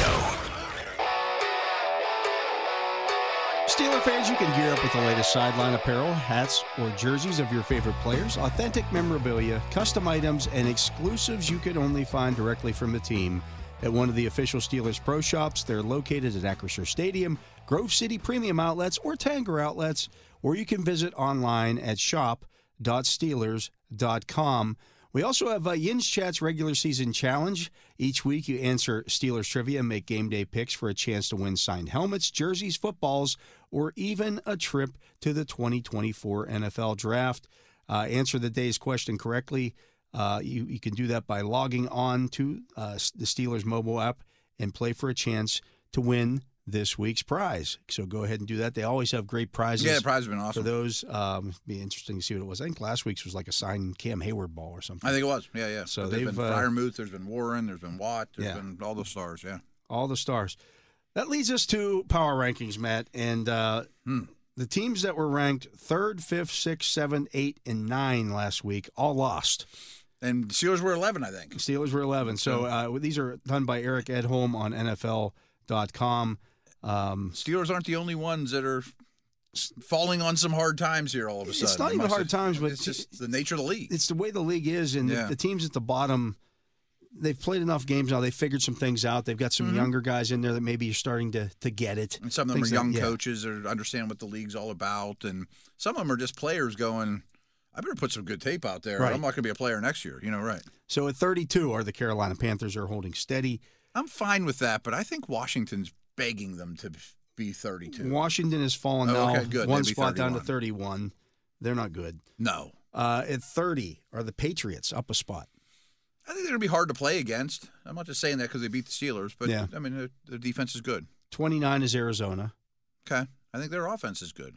Speaker 2: Steeler fans, you can gear up with the latest sideline apparel, hats, or jerseys of your favorite players, authentic memorabilia, custom items, and exclusives you can only find directly from the team at one of the official Steelers Pro Shops. They're located at Acrisure Stadium, Grove City Premium Outlets, or Tanger Outlets, or you can visit online at shop.steelers.com. We also have uh, Yin's Chat's regular season challenge. Each week, you answer Steelers trivia and make game day picks for a chance to win signed helmets, jerseys, footballs, or even a trip to the 2024 NFL Draft. Uh, answer the day's question correctly. Uh, you, you can do that by logging on to uh, the Steelers mobile app and play for a chance to win this week's prize. So go ahead and do that. They always have great prizes
Speaker 3: Yeah, the prize has been
Speaker 2: for
Speaker 3: awesome.
Speaker 2: those. Um, be interesting to see what it was. I think last week's was like a signed Cam Hayward ball or something.
Speaker 3: I think it was. Yeah, yeah.
Speaker 2: So
Speaker 3: But there's
Speaker 2: they've,
Speaker 3: been
Speaker 2: uh,
Speaker 3: Firemouth, there's been Warren, there's been Watt, There's
Speaker 2: Yeah.
Speaker 3: been all those stars. Yeah.
Speaker 2: All the stars. That leads us to power rankings, Matt, and uh,
Speaker 3: Hmm.
Speaker 2: the teams that were ranked third, fifth, sixth, seventh, eight, and nine last week all lost.
Speaker 3: And Steelers were 11, I think.
Speaker 2: Steelers were eleven. So uh, these are done by Eric Edholm on NFL.com. Um,
Speaker 3: Steelers aren't the only ones that are falling on some hard times here all of a sudden.
Speaker 2: it's not
Speaker 3: They
Speaker 2: even
Speaker 3: must
Speaker 2: hard
Speaker 3: have-
Speaker 2: times, but
Speaker 3: it's just the nature of the league.
Speaker 2: it's the way the league is, and
Speaker 3: Yeah.
Speaker 2: the, the teams at the bottom, they've played enough games now. They figured some things out. They've got some
Speaker 3: Mm-hmm.
Speaker 2: younger guys in there that maybe are starting to to get it.
Speaker 3: And some of them are
Speaker 2: things that-
Speaker 3: young
Speaker 2: yeah.
Speaker 3: coaches or understand what the league's all about, and some of them are just players going. I better put some good tape out there.
Speaker 2: Right.
Speaker 3: I'm not going to be a player next year. You know, right?
Speaker 2: So at 32, are the Carolina Panthers are holding steady.
Speaker 3: I'm fine with that, but I think Washington's begging them to be 32.
Speaker 2: Washington has fallen
Speaker 3: Oh,
Speaker 2: now
Speaker 3: okay, good.
Speaker 2: one
Speaker 3: They'd be
Speaker 2: spot down to 31. They're not good.
Speaker 3: No,
Speaker 2: Uh, at 30 are the Patriots up a spot.
Speaker 3: I think they're going to be hard to play against. I'm not just saying that because they beat the Steelers, but
Speaker 2: Yeah.
Speaker 3: I mean their, their defense is good.
Speaker 2: 29 is Arizona.
Speaker 3: Okay, I think their offense is good.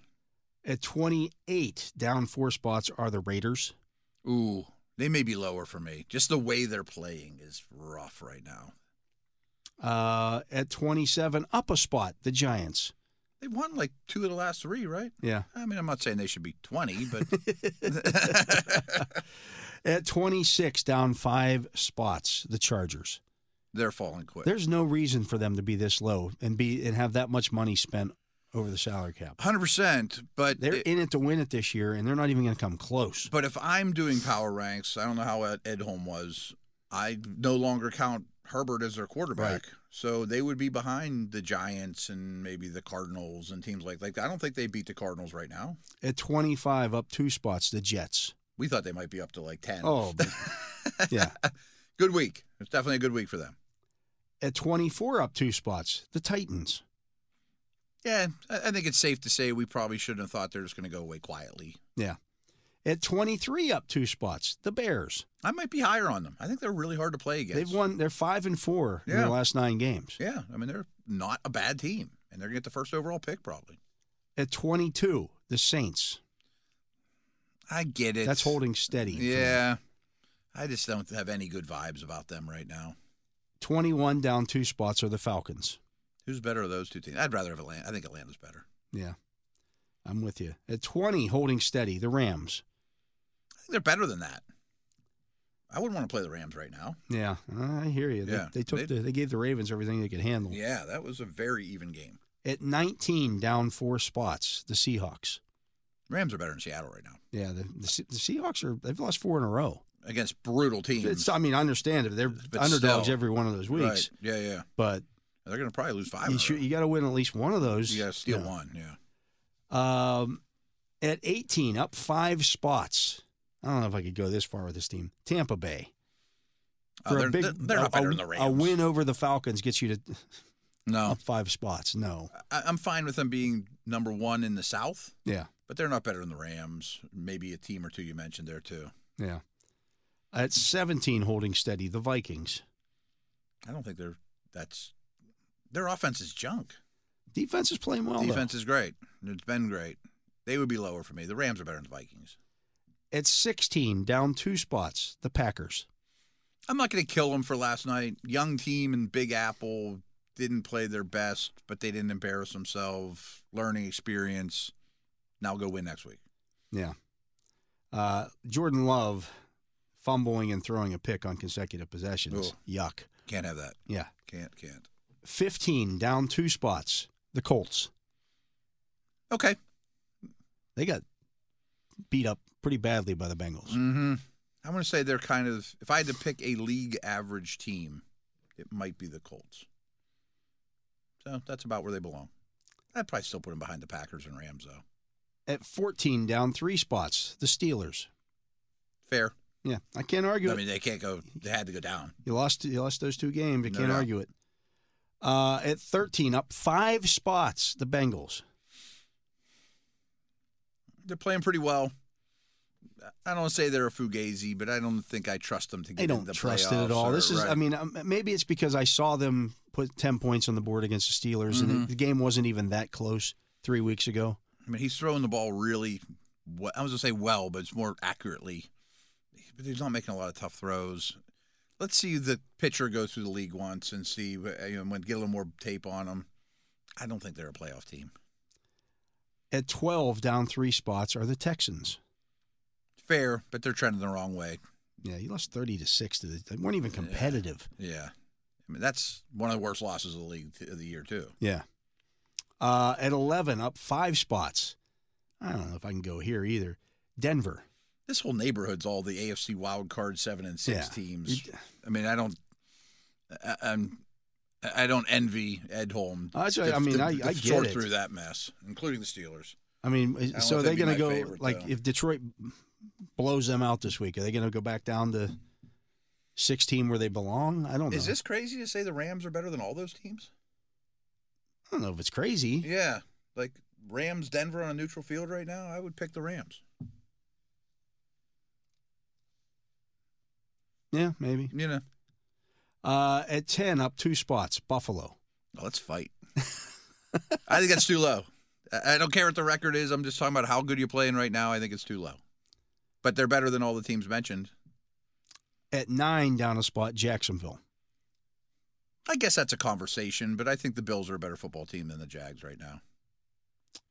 Speaker 2: At 28, down four spots are the Raiders.
Speaker 3: Ooh, they may be lower for me. Just the way they're playing is rough right now.
Speaker 2: Uh, at 27, up a spot, the Giants.
Speaker 3: They won like two of the last three, right?
Speaker 2: Yeah.
Speaker 3: I mean, I'm not saying they should be 20, but
Speaker 2: At 26, down five spots, the Chargers.
Speaker 3: they're falling quick.
Speaker 2: There's no reason for them to be this low and be and have that much money spent over the salary cap.
Speaker 3: 100%, but
Speaker 2: They're
Speaker 3: it-
Speaker 2: in it to win it this year, and they're not even going to come close.
Speaker 3: but if I'm doing power ranks, I don't know how Ed Edholm was. I no longer count Herbert as their quarterback. So they would be behind the Giants and maybe the Cardinals and teams like like that. I don't think they beat the Cardinals right now.
Speaker 2: At 25, up two spots, the Jets.
Speaker 3: We thought they might be up to like 10.
Speaker 2: Oh, but- yeah.
Speaker 3: Good week. It's definitely a good week for them.
Speaker 2: At 24, up two spots, the Titans.
Speaker 3: Yeah, I I think it's safe to say we probably shouldn't have thought they're just going to go away quietly.
Speaker 2: Yeah. At 23, up two spots, the Bears.
Speaker 3: I might be higher on them. I think they're really hard to play against.
Speaker 2: They've won. They're five and four in
Speaker 3: Yeah.
Speaker 2: their last nine games.
Speaker 3: Yeah, I mean they're not a bad team, and they're going to get the first overall pick probably.
Speaker 2: At 22, the Saints.
Speaker 3: I get it.
Speaker 2: That's holding steady. for them.
Speaker 3: Yeah, I just don't have any good vibes about them right now.
Speaker 2: 21 down two spots are the Falcons.
Speaker 3: Who's better of those two teams? I'd rather have Atlanta. I think Atlanta's better.
Speaker 2: Yeah. I'm with you. At 20, holding steady, the Rams.
Speaker 3: I think they're better than that. I wouldn't want to play the Rams right now.
Speaker 2: Yeah, I hear you. They,
Speaker 3: Yeah.
Speaker 2: they took
Speaker 3: They-
Speaker 2: the, they gave the Ravens everything they could handle.
Speaker 3: Yeah, that was a very even game.
Speaker 2: At 19, down four spots, the Seahawks.
Speaker 3: Rams are better in Seattle right now.
Speaker 2: Yeah, the, the, Se- the Seahawks are they've lost four in a row.
Speaker 3: against brutal teams.
Speaker 2: It's, I mean, I understand it. They're
Speaker 3: But
Speaker 2: underdogs
Speaker 3: still.
Speaker 2: every one of those
Speaker 3: Right.
Speaker 2: weeks,
Speaker 3: Yeah, yeah.
Speaker 2: but
Speaker 3: They're gonna probably lose five.
Speaker 2: you
Speaker 3: in a
Speaker 2: should,
Speaker 3: row.
Speaker 2: you got to win at least one of those.
Speaker 3: You gotta steal
Speaker 2: Yeah.
Speaker 3: one. Yeah.
Speaker 2: Um, at 18, up five spots. I don't know if I could go this far with this team. Tampa Bay.
Speaker 3: Uh, they're, they're, they're not
Speaker 2: a- a-
Speaker 3: better than the Rams. Oh.
Speaker 2: A win over the Falcons gets you to
Speaker 3: No,
Speaker 2: up five spots. No.
Speaker 3: I, I'm fine with them being number one in the South,
Speaker 2: Yeah.
Speaker 3: but they're not better than the Rams. Maybe a team or two you mentioned there too.
Speaker 2: Yeah. At 17, holding steady, the Vikings.
Speaker 3: I don't think they're that's their offense is junk.
Speaker 2: Defense is playing well. though.
Speaker 3: Defense is great. and It's been great. They would be lower for me. The Rams are better than the Vikings.
Speaker 2: At 16, down two spots, the Packers.
Speaker 3: I'm not going to kill them for last night. Young team and Big Apple didn't play their best, but they didn't embarrass themselves. Learning experience. Now go win next week.
Speaker 2: Yeah. Uh, Jordan Love fumbling and throwing a pick on consecutive possessions.
Speaker 3: Ugh.
Speaker 2: Yuck.
Speaker 3: Can't have that.
Speaker 2: Yeah.
Speaker 3: Can't. Can't.
Speaker 2: 15, down two spots, the Colts.
Speaker 3: Okay.
Speaker 2: They got beat up pretty badly by the Bengals.
Speaker 3: Mm-hmm. I want to say they're kind of. If I had to pick a league average team, it might be the Colts. So that's about where they belong. I'd probably still put them behind the Packers and Rams though.
Speaker 2: At 14, down three spots, the Steelers.
Speaker 3: Fair.
Speaker 2: Yeah, I can't argue
Speaker 3: I
Speaker 2: it.
Speaker 3: mean, they can't go. They had to go down.
Speaker 2: You lost, you lost those two games. I
Speaker 3: No
Speaker 2: can't
Speaker 3: doubt.
Speaker 2: argue it. Uh, at 13, up five spots, the Bengals.
Speaker 3: They're playing pretty well. I don't say they're a fugazi, but I don't think I trust them to get
Speaker 2: They
Speaker 3: into
Speaker 2: don't
Speaker 3: the
Speaker 2: trust it
Speaker 3: playoffs
Speaker 2: at all.
Speaker 3: or-
Speaker 2: This is,
Speaker 3: right.
Speaker 2: I mean, um, maybe it's because I saw them put 10 points on the board against the Steelers, and
Speaker 3: Mm-hmm.
Speaker 2: it, the game wasn't even that close three weeks ago.
Speaker 3: I mean, he's throwing the ball really. Well, I was gonna say well, but it's more accurately. But he's not making a lot of tough throws. Let's see the pitcher go through the league once and see uh, you know, when get a little more tape on them. I don't think they're a playoff team.
Speaker 2: At 12, down three spots, are the Texans.
Speaker 3: Fair, but they're trending the wrong way.
Speaker 2: Yeah, you lost 30 to 6. To the, they weren't even competitive.
Speaker 3: Yeah, I mean that's one of the worst losses of the league t- of the year too.
Speaker 2: Yeah. Uh, at 11, up five spots. I don't know if I can go here either. Denver.
Speaker 3: This whole neighborhood's all the AFC wild card seven and six
Speaker 2: Yeah.
Speaker 3: teams. I mean, I don't. I, I'm. I don't envy Ed Holm.
Speaker 2: I just- I
Speaker 3: to-
Speaker 2: mean,
Speaker 3: to-
Speaker 2: I-
Speaker 3: to
Speaker 2: I get
Speaker 3: sort
Speaker 2: it.
Speaker 3: through that mess, including the Steelers.
Speaker 2: I mean, is-
Speaker 3: don't
Speaker 2: so
Speaker 3: know
Speaker 2: are
Speaker 3: if
Speaker 2: they
Speaker 3: that'd
Speaker 2: going
Speaker 3: be
Speaker 2: to
Speaker 3: my
Speaker 2: go,
Speaker 3: favorite,
Speaker 2: like,
Speaker 3: though.
Speaker 2: if Detroit blows them out this week, are they going to go back down to 16 where they belong? I don't know.
Speaker 3: Is this crazy to say the Rams are better than all those teams?
Speaker 2: I don't know if it's crazy.
Speaker 3: Yeah, like Rams Denver on a neutral field right now. I would pick the Rams.
Speaker 2: Yeah, maybe.
Speaker 3: You know,
Speaker 2: Uh, at 10, up two spots, Buffalo.
Speaker 3: Oh, let's fight. I think that's too low. I I don't care what the record is. I'm just talking about how good you're playing right now. I think it's too low. But they're better than all the teams mentioned.
Speaker 2: At nine, down a spot, Jacksonville.
Speaker 3: I guess that's a conversation, but I think the Bills are a better football team than the Jags right now.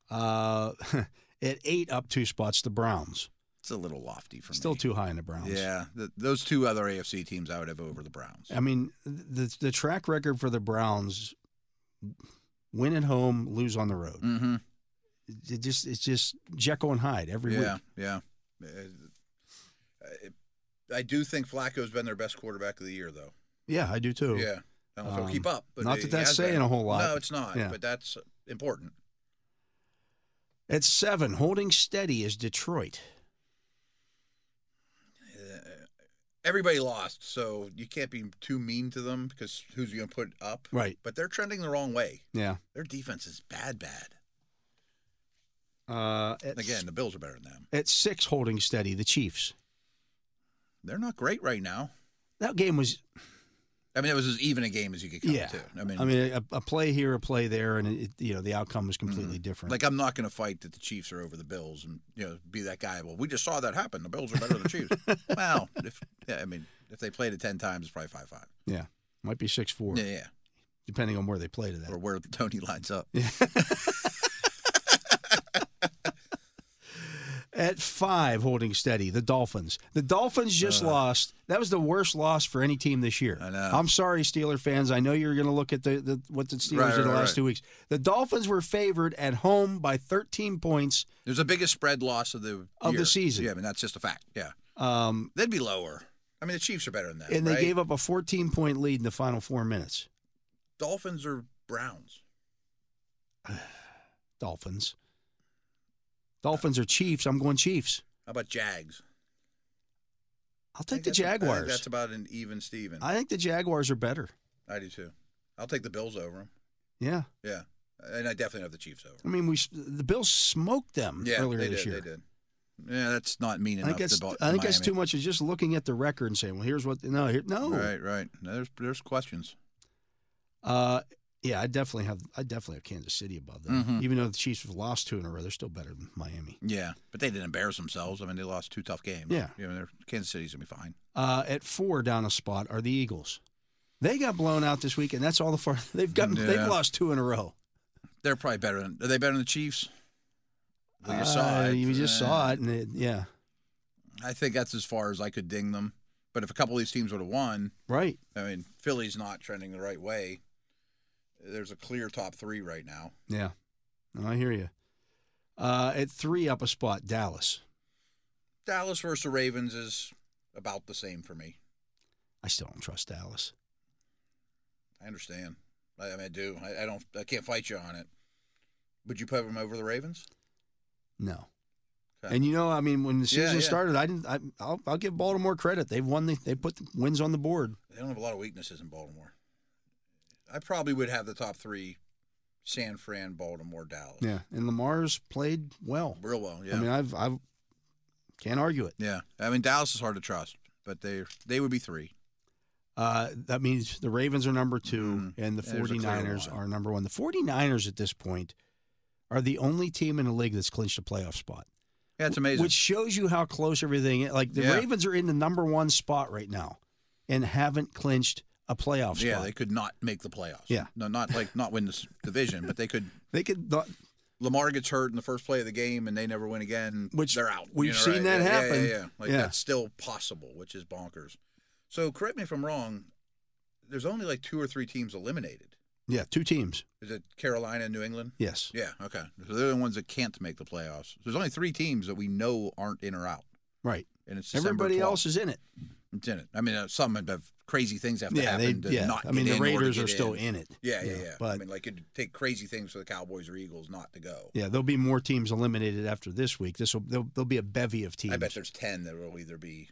Speaker 2: Uh, at eight, up two spots, the Browns.
Speaker 3: It's a little lofty for
Speaker 2: Still
Speaker 3: me.
Speaker 2: too high in the Browns.
Speaker 3: Yeah, th those two other AFC teams I would have over the Browns.
Speaker 2: I mean, the the track record for the Browns win at home, lose on the road.
Speaker 3: Mm-hmm.
Speaker 2: It just it's just Jekyll and Hyde every
Speaker 3: yeah,
Speaker 2: week.
Speaker 3: yeah. Uh, I, I do think Flacco's been their best quarterback of the year, though.
Speaker 2: Yeah, I do too.
Speaker 3: Yeah, I don't know if
Speaker 2: Um,
Speaker 3: he'll keep up. But
Speaker 2: not
Speaker 3: he-
Speaker 2: that
Speaker 3: he
Speaker 2: that's
Speaker 3: has been.
Speaker 2: saying a whole lot.
Speaker 3: No, it's not.
Speaker 2: Yeah.
Speaker 3: But that's important.
Speaker 2: At seven, holding steady is Detroit.
Speaker 3: Everybody lost, so you can't be too mean to them because who's you going to put up?
Speaker 2: Right.
Speaker 3: But they're trending the wrong way.
Speaker 2: Yeah.
Speaker 3: Their defense is bad, bad.
Speaker 2: Uh, at,
Speaker 3: Again, the Bills are better than them.
Speaker 2: at six, holding steady, the Chiefs.
Speaker 3: They're not great right now. That
Speaker 2: Game was
Speaker 3: I mean, it was as even a game as you could come
Speaker 2: yeah.
Speaker 3: to.
Speaker 2: I mean, a, a play here, a play there, and it, you know the outcome was completely different.
Speaker 3: Mm-hmm. Like I'm not going to fight that the Chiefs are over the Bills and you know be that guy. Well, we just saw that happen. The Bills are better than the Chiefs. well, if yeah, I mean if they played it ten times, it's probably five five.
Speaker 2: yeah, might be six four,
Speaker 3: Yeah, yeah,
Speaker 2: depending on where they play to
Speaker 3: or
Speaker 2: that.
Speaker 3: where Tony lines up.
Speaker 2: At five, holding steady, the Dolphins. The Dolphins just lost. That was the worst loss for any team this year.
Speaker 3: Uh. I know.
Speaker 2: I'm sorry, Steeler fans. I know you're going to look at the, the what the Steelers
Speaker 3: Right,
Speaker 2: did the
Speaker 3: right,
Speaker 2: last
Speaker 3: right.
Speaker 2: two weeks. The Dolphins were favored at home by 13 points.
Speaker 3: There's the biggest spread loss of the
Speaker 2: Of the
Speaker 3: year.
Speaker 2: season.
Speaker 3: Yeah, I mean that's just a fact. Yeah,
Speaker 2: Um,
Speaker 3: They'd be lower. I mean, the Chiefs are better than that.
Speaker 2: and they
Speaker 3: right?
Speaker 2: gave up a 14 point lead in the final four minutes.
Speaker 3: Dolphins or Browns.
Speaker 2: Dolphins. Dolphins or Chiefs. I'm going Chiefs.
Speaker 3: How about Jags?
Speaker 2: I'll
Speaker 3: I
Speaker 2: take
Speaker 3: think
Speaker 2: the
Speaker 3: that's- I think
Speaker 2: Jaguars.
Speaker 3: that's about an even Steven. I,
Speaker 2: I think the Jaguars are better.
Speaker 3: do too. I'll take the Bills over them.
Speaker 2: Yeah.
Speaker 3: Yeah, and I definitely have the Chiefs over.
Speaker 2: I mean, we s- the Bills smoked them
Speaker 3: 'em. Yeah,
Speaker 2: earlier
Speaker 3: they did.
Speaker 2: this year.
Speaker 3: They did. Yeah, that's not mean
Speaker 2: I
Speaker 3: enough.
Speaker 2: think that's
Speaker 3: to, Bo-
Speaker 2: I think that's
Speaker 3: Miami.
Speaker 2: too much. Is just looking at the record and saying, "Well, here's what." No, here, no.
Speaker 3: Right, right. No, There's there's questions.
Speaker 2: Uh, yeah, I definitely have. I definitely have Kansas City above them.
Speaker 3: Mhm.
Speaker 2: Even though the Chiefs have lost two in a row, they're still better than Miami.
Speaker 3: Yeah, but they didn't embarrass themselves. I mean, they lost two tough games.
Speaker 2: Yeah.
Speaker 3: you know, they're- Kansas City's gonna be fine.
Speaker 2: Uh, at four down a spot are the Eagles. They got blown out this week, and that's all the far they've gotten.
Speaker 3: Yeah.
Speaker 2: They've lost two in a row.
Speaker 3: They're probably better than. Are they better than the Chiefs? We just saw
Speaker 2: Uh,
Speaker 3: it.
Speaker 2: You just
Speaker 3: Uh,
Speaker 2: saw it, and it, yeah,
Speaker 3: I think that's as far as I could ding them. But if a couple of these teams would have won,
Speaker 2: right.
Speaker 3: I mean, Philly's not trending the right way. There's a clear top three right now.
Speaker 2: Yeah, no, I hear you. Uh, at three up a spot, Dallas.
Speaker 3: Dallas versus the Ravens is about the same for me.
Speaker 2: I still don't trust Dallas.
Speaker 3: I understand. I, I mean, I do. I, I don't. I can't fight you on it. Would you put them over the Ravens?
Speaker 2: No.
Speaker 3: Okay.
Speaker 2: And you know, I mean, when the
Speaker 3: Yeah,
Speaker 2: season
Speaker 3: yeah.
Speaker 2: started, I didn't. I, I'll, I'll give Baltimore credit. They've won. The, they put the wins on the board.
Speaker 3: They don't have a lot of weaknesses in Baltimore. I probably would have the top three: San Fran, Baltimore, Dallas.
Speaker 2: Yeah, and Lamar's played well.
Speaker 3: real well. Yeah,
Speaker 2: I mean, I've I've can't argue it.
Speaker 3: yeah. I mean, Dallas is hard to trust, but they they would be three.
Speaker 2: Uh, that means the Ravens are number 2
Speaker 3: Mhm.
Speaker 2: and the
Speaker 3: Yeah, there's a clear
Speaker 2: 49ers
Speaker 3: one.
Speaker 2: are number one. The 49ers at this point are the only team in the league that's clinched a playoff spot,
Speaker 3: Yeah, it's amazing.
Speaker 2: which shows you how close everything is. Like the
Speaker 3: Yeah.
Speaker 2: Ravens are in the number one spot right now and haven't clinched a playoff
Speaker 3: yeah,
Speaker 2: spot.
Speaker 3: they could not make the playoffs.
Speaker 2: Yeah.
Speaker 3: no, not like not win this division, but they could.
Speaker 2: they could, th-
Speaker 3: Lamar gets hurt in the first play of the game, and they never win again.
Speaker 2: Which
Speaker 3: they're out.
Speaker 2: we've
Speaker 3: know,
Speaker 2: seen
Speaker 3: right?
Speaker 2: that
Speaker 3: yeah, Yeah,
Speaker 2: happen.
Speaker 3: yeah, yeah. Like
Speaker 2: Yeah.
Speaker 3: that's still possible, which is bonkers. So correct me if I'm wrong. There's only like two or three teams eliminated.
Speaker 2: yeah, two teams.
Speaker 3: Is it Carolina and New England?
Speaker 2: Yes.
Speaker 3: Yeah. Okay. So they're the ones that can't make the playoffs. There's only three teams that we know aren't in or out,
Speaker 2: Right.
Speaker 3: and it's December
Speaker 2: Everybody
Speaker 3: 12th.
Speaker 2: else is in it.
Speaker 3: It's in it. I mean, uh, some have crazy things have to
Speaker 2: yeah, they,
Speaker 3: happen to
Speaker 2: yeah.
Speaker 3: not.
Speaker 2: I mean,
Speaker 3: get
Speaker 2: the
Speaker 3: in or to
Speaker 2: Raiders
Speaker 3: get
Speaker 2: are still
Speaker 3: in.
Speaker 2: in it.
Speaker 3: Yeah, yeah,
Speaker 2: Yeah,
Speaker 3: yeah. I
Speaker 2: but-
Speaker 3: mean, like it'd take crazy things for the Cowboys or Eagles not to go.
Speaker 2: Yeah, there'll be more teams eliminated after this week. This will there'll, there'll be a bevy of teams.
Speaker 3: I bet there's ten that will either be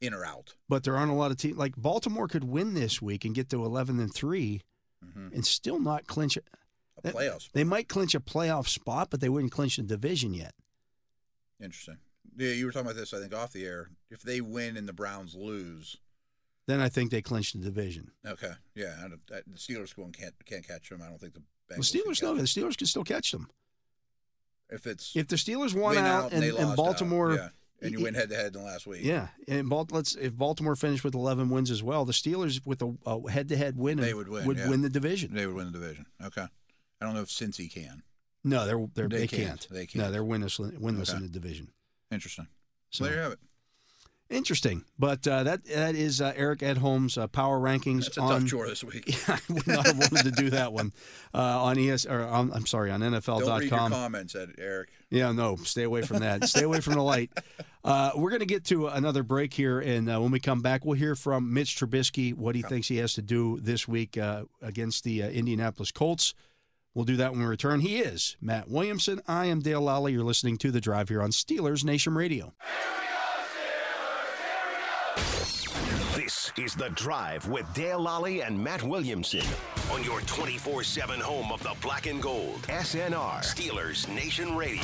Speaker 3: in or out.
Speaker 2: but there aren't a lot of teams. Like Baltimore could win this week and get to eleven and 3
Speaker 3: Mhm.
Speaker 2: and still not clinch. it.
Speaker 3: A
Speaker 2: That-
Speaker 3: playoffs.
Speaker 2: They might clinch a playoff spot, but they wouldn't clinch the division yet.
Speaker 3: Interesting. Yeah, you were talking about this. I think off the air. If they win and the Browns lose,
Speaker 2: Then I think they clinch the division.
Speaker 3: okay, yeah, I don't, I, the Steelers going can't can't catch them. I don't think the
Speaker 2: The
Speaker 3: Bengals can
Speaker 2: Steelers,
Speaker 3: catch
Speaker 2: no, the
Speaker 3: 'em.
Speaker 2: Steelers can still catch them.
Speaker 3: If it's
Speaker 2: If the Steelers won
Speaker 3: win
Speaker 2: out, and,
Speaker 3: they
Speaker 2: and
Speaker 3: lost out,
Speaker 2: Baltimore,
Speaker 3: yeah, and you
Speaker 2: y-
Speaker 3: win head to head in the last week,
Speaker 2: yeah, and Bal- let's if Baltimore finished with eleven wins as well, the Steelers with a, a head-to-head win
Speaker 3: They would win, yeah.
Speaker 2: the division.
Speaker 3: they would win the division. Okay, I don't know if Cincy can.
Speaker 2: No, they're, they're
Speaker 3: They
Speaker 2: they,
Speaker 3: can't.
Speaker 2: can't.
Speaker 3: They can't.
Speaker 2: No, they're winless winless
Speaker 3: Okay.
Speaker 2: in the division.
Speaker 3: Interesting.
Speaker 2: So.
Speaker 3: So there you have it.
Speaker 2: Interesting, but uh, that that is uh, Eric Edholm's uh, power rankings
Speaker 3: It's a
Speaker 2: on.
Speaker 3: tough chore this week.
Speaker 2: I would not have wanted to do that one uh, on ES or on, I'm sorry on
Speaker 3: Don't read your
Speaker 2: NFL.com.
Speaker 3: comments, Ed, Eric.
Speaker 2: Yeah, no, stay away from that. stay away from the light. Uh, we're going to get to another break here, and uh, when we come back, we'll hear from Mitch Trubisky what he thinks he has to do this week uh, against the uh, Indianapolis Colts. We'll do that when we return. He is Matt Williamson. I am Dale Lally. You're listening to the Drive here on Steelers Nation Radio.
Speaker 1: This is The Drive with Dale Lally and Matt Williamson on your 24 7 home of the black and gold. SNR, Steelers Nation Radio.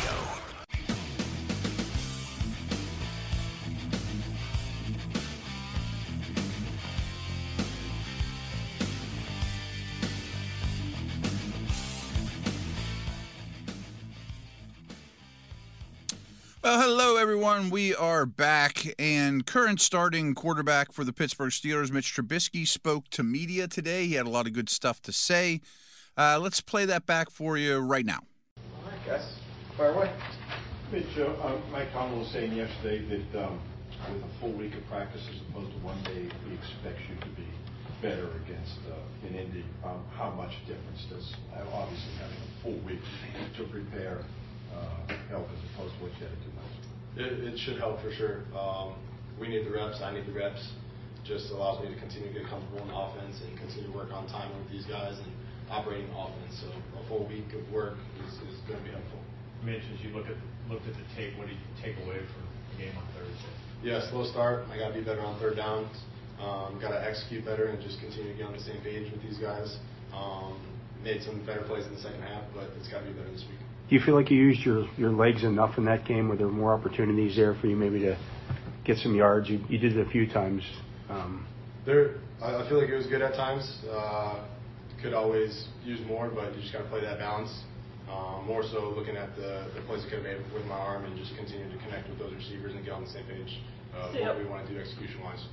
Speaker 3: Well, hello, everyone. We are back, and current starting quarterback for the Pittsburgh Steelers, Mitch Trubisky, spoke to media today. He had a lot of good stuff to say. Uh, let's play that back for you right now.
Speaker 4: I guess. Fire away.
Speaker 5: Mitch, uh, uh, Mike Connell was saying yesterday that um, with a full week of practice as opposed to one day, he expects you to be better against uh, in Indy. Um, How much difference does uh, obviously having a full week to prepare uh, help as opposed to what you had to do last week?
Speaker 6: It, it should help for sure. Um, we need the reps, I need the reps. Just allows me to continue to get comfortable in the offense and continue to work on timing with these guys and operating the offense. So a full week of work is, is going to be helpful.
Speaker 7: Mitch, as you look at, looked at the tape, what did you take away from the game on Thursday?
Speaker 6: Yeah, slow start. I got to be better on third downs. Um, got to execute better and just continue to get on the same page with these guys. Um, made some better plays in the second half, but it's got to be better this week.
Speaker 8: Do you feel like you used your, your legs enough in that game? Were there more opportunities there for you maybe to get some yards? You, you did it a few times. Um,
Speaker 6: There, I I feel like it was good at times. Uh, could always use more, but you just got to play that balance. Um, more so looking at the, the plays I could have made with my arm and just continue to connect with those receivers and get on the same page of
Speaker 9: So-
Speaker 6: what we want to do execution wise.
Speaker 9: uh,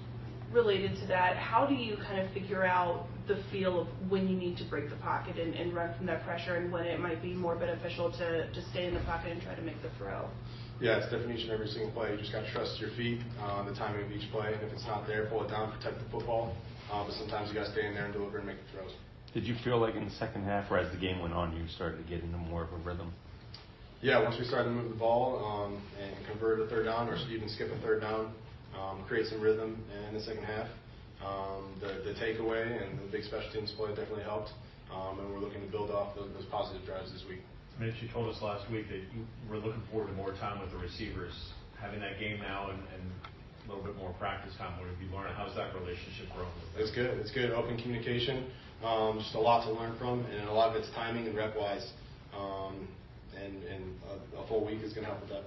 Speaker 9: Related to that, how do you kind of figure out the feel of when you need to break the pocket and, and run from that pressure and when it might be more beneficial to, to stay in the pocket and try to make the throw?
Speaker 6: Yeah, it's different each and every single play. You just got to trust your feet, uh, the timing of each play. And if it's not there, pull it down, protect the football. Uh, but sometimes you got to stay in there and deliver and make the throws.
Speaker 10: Did you feel like in the second half, or as the game went on, you started to get into more of a rhythm?
Speaker 6: Yeah, once we started to move the ball um, and convert a third down or even skip a third down, um, create some rhythm in the second half. Um, the, the takeaway and the big special teams play definitely helped, um, and we're looking to build off those, those positive drives this week.
Speaker 7: Mitch, you told us last week that you were looking forward to more time with the receivers. Having that game now and, and a little bit more practice time, what have you learned? How's that relationship grown with them?
Speaker 6: It's good. It's good. Open communication. Um, just a lot to learn from, and a lot of it's timing and rep wise. Um, and and a, a full week is going to help with that.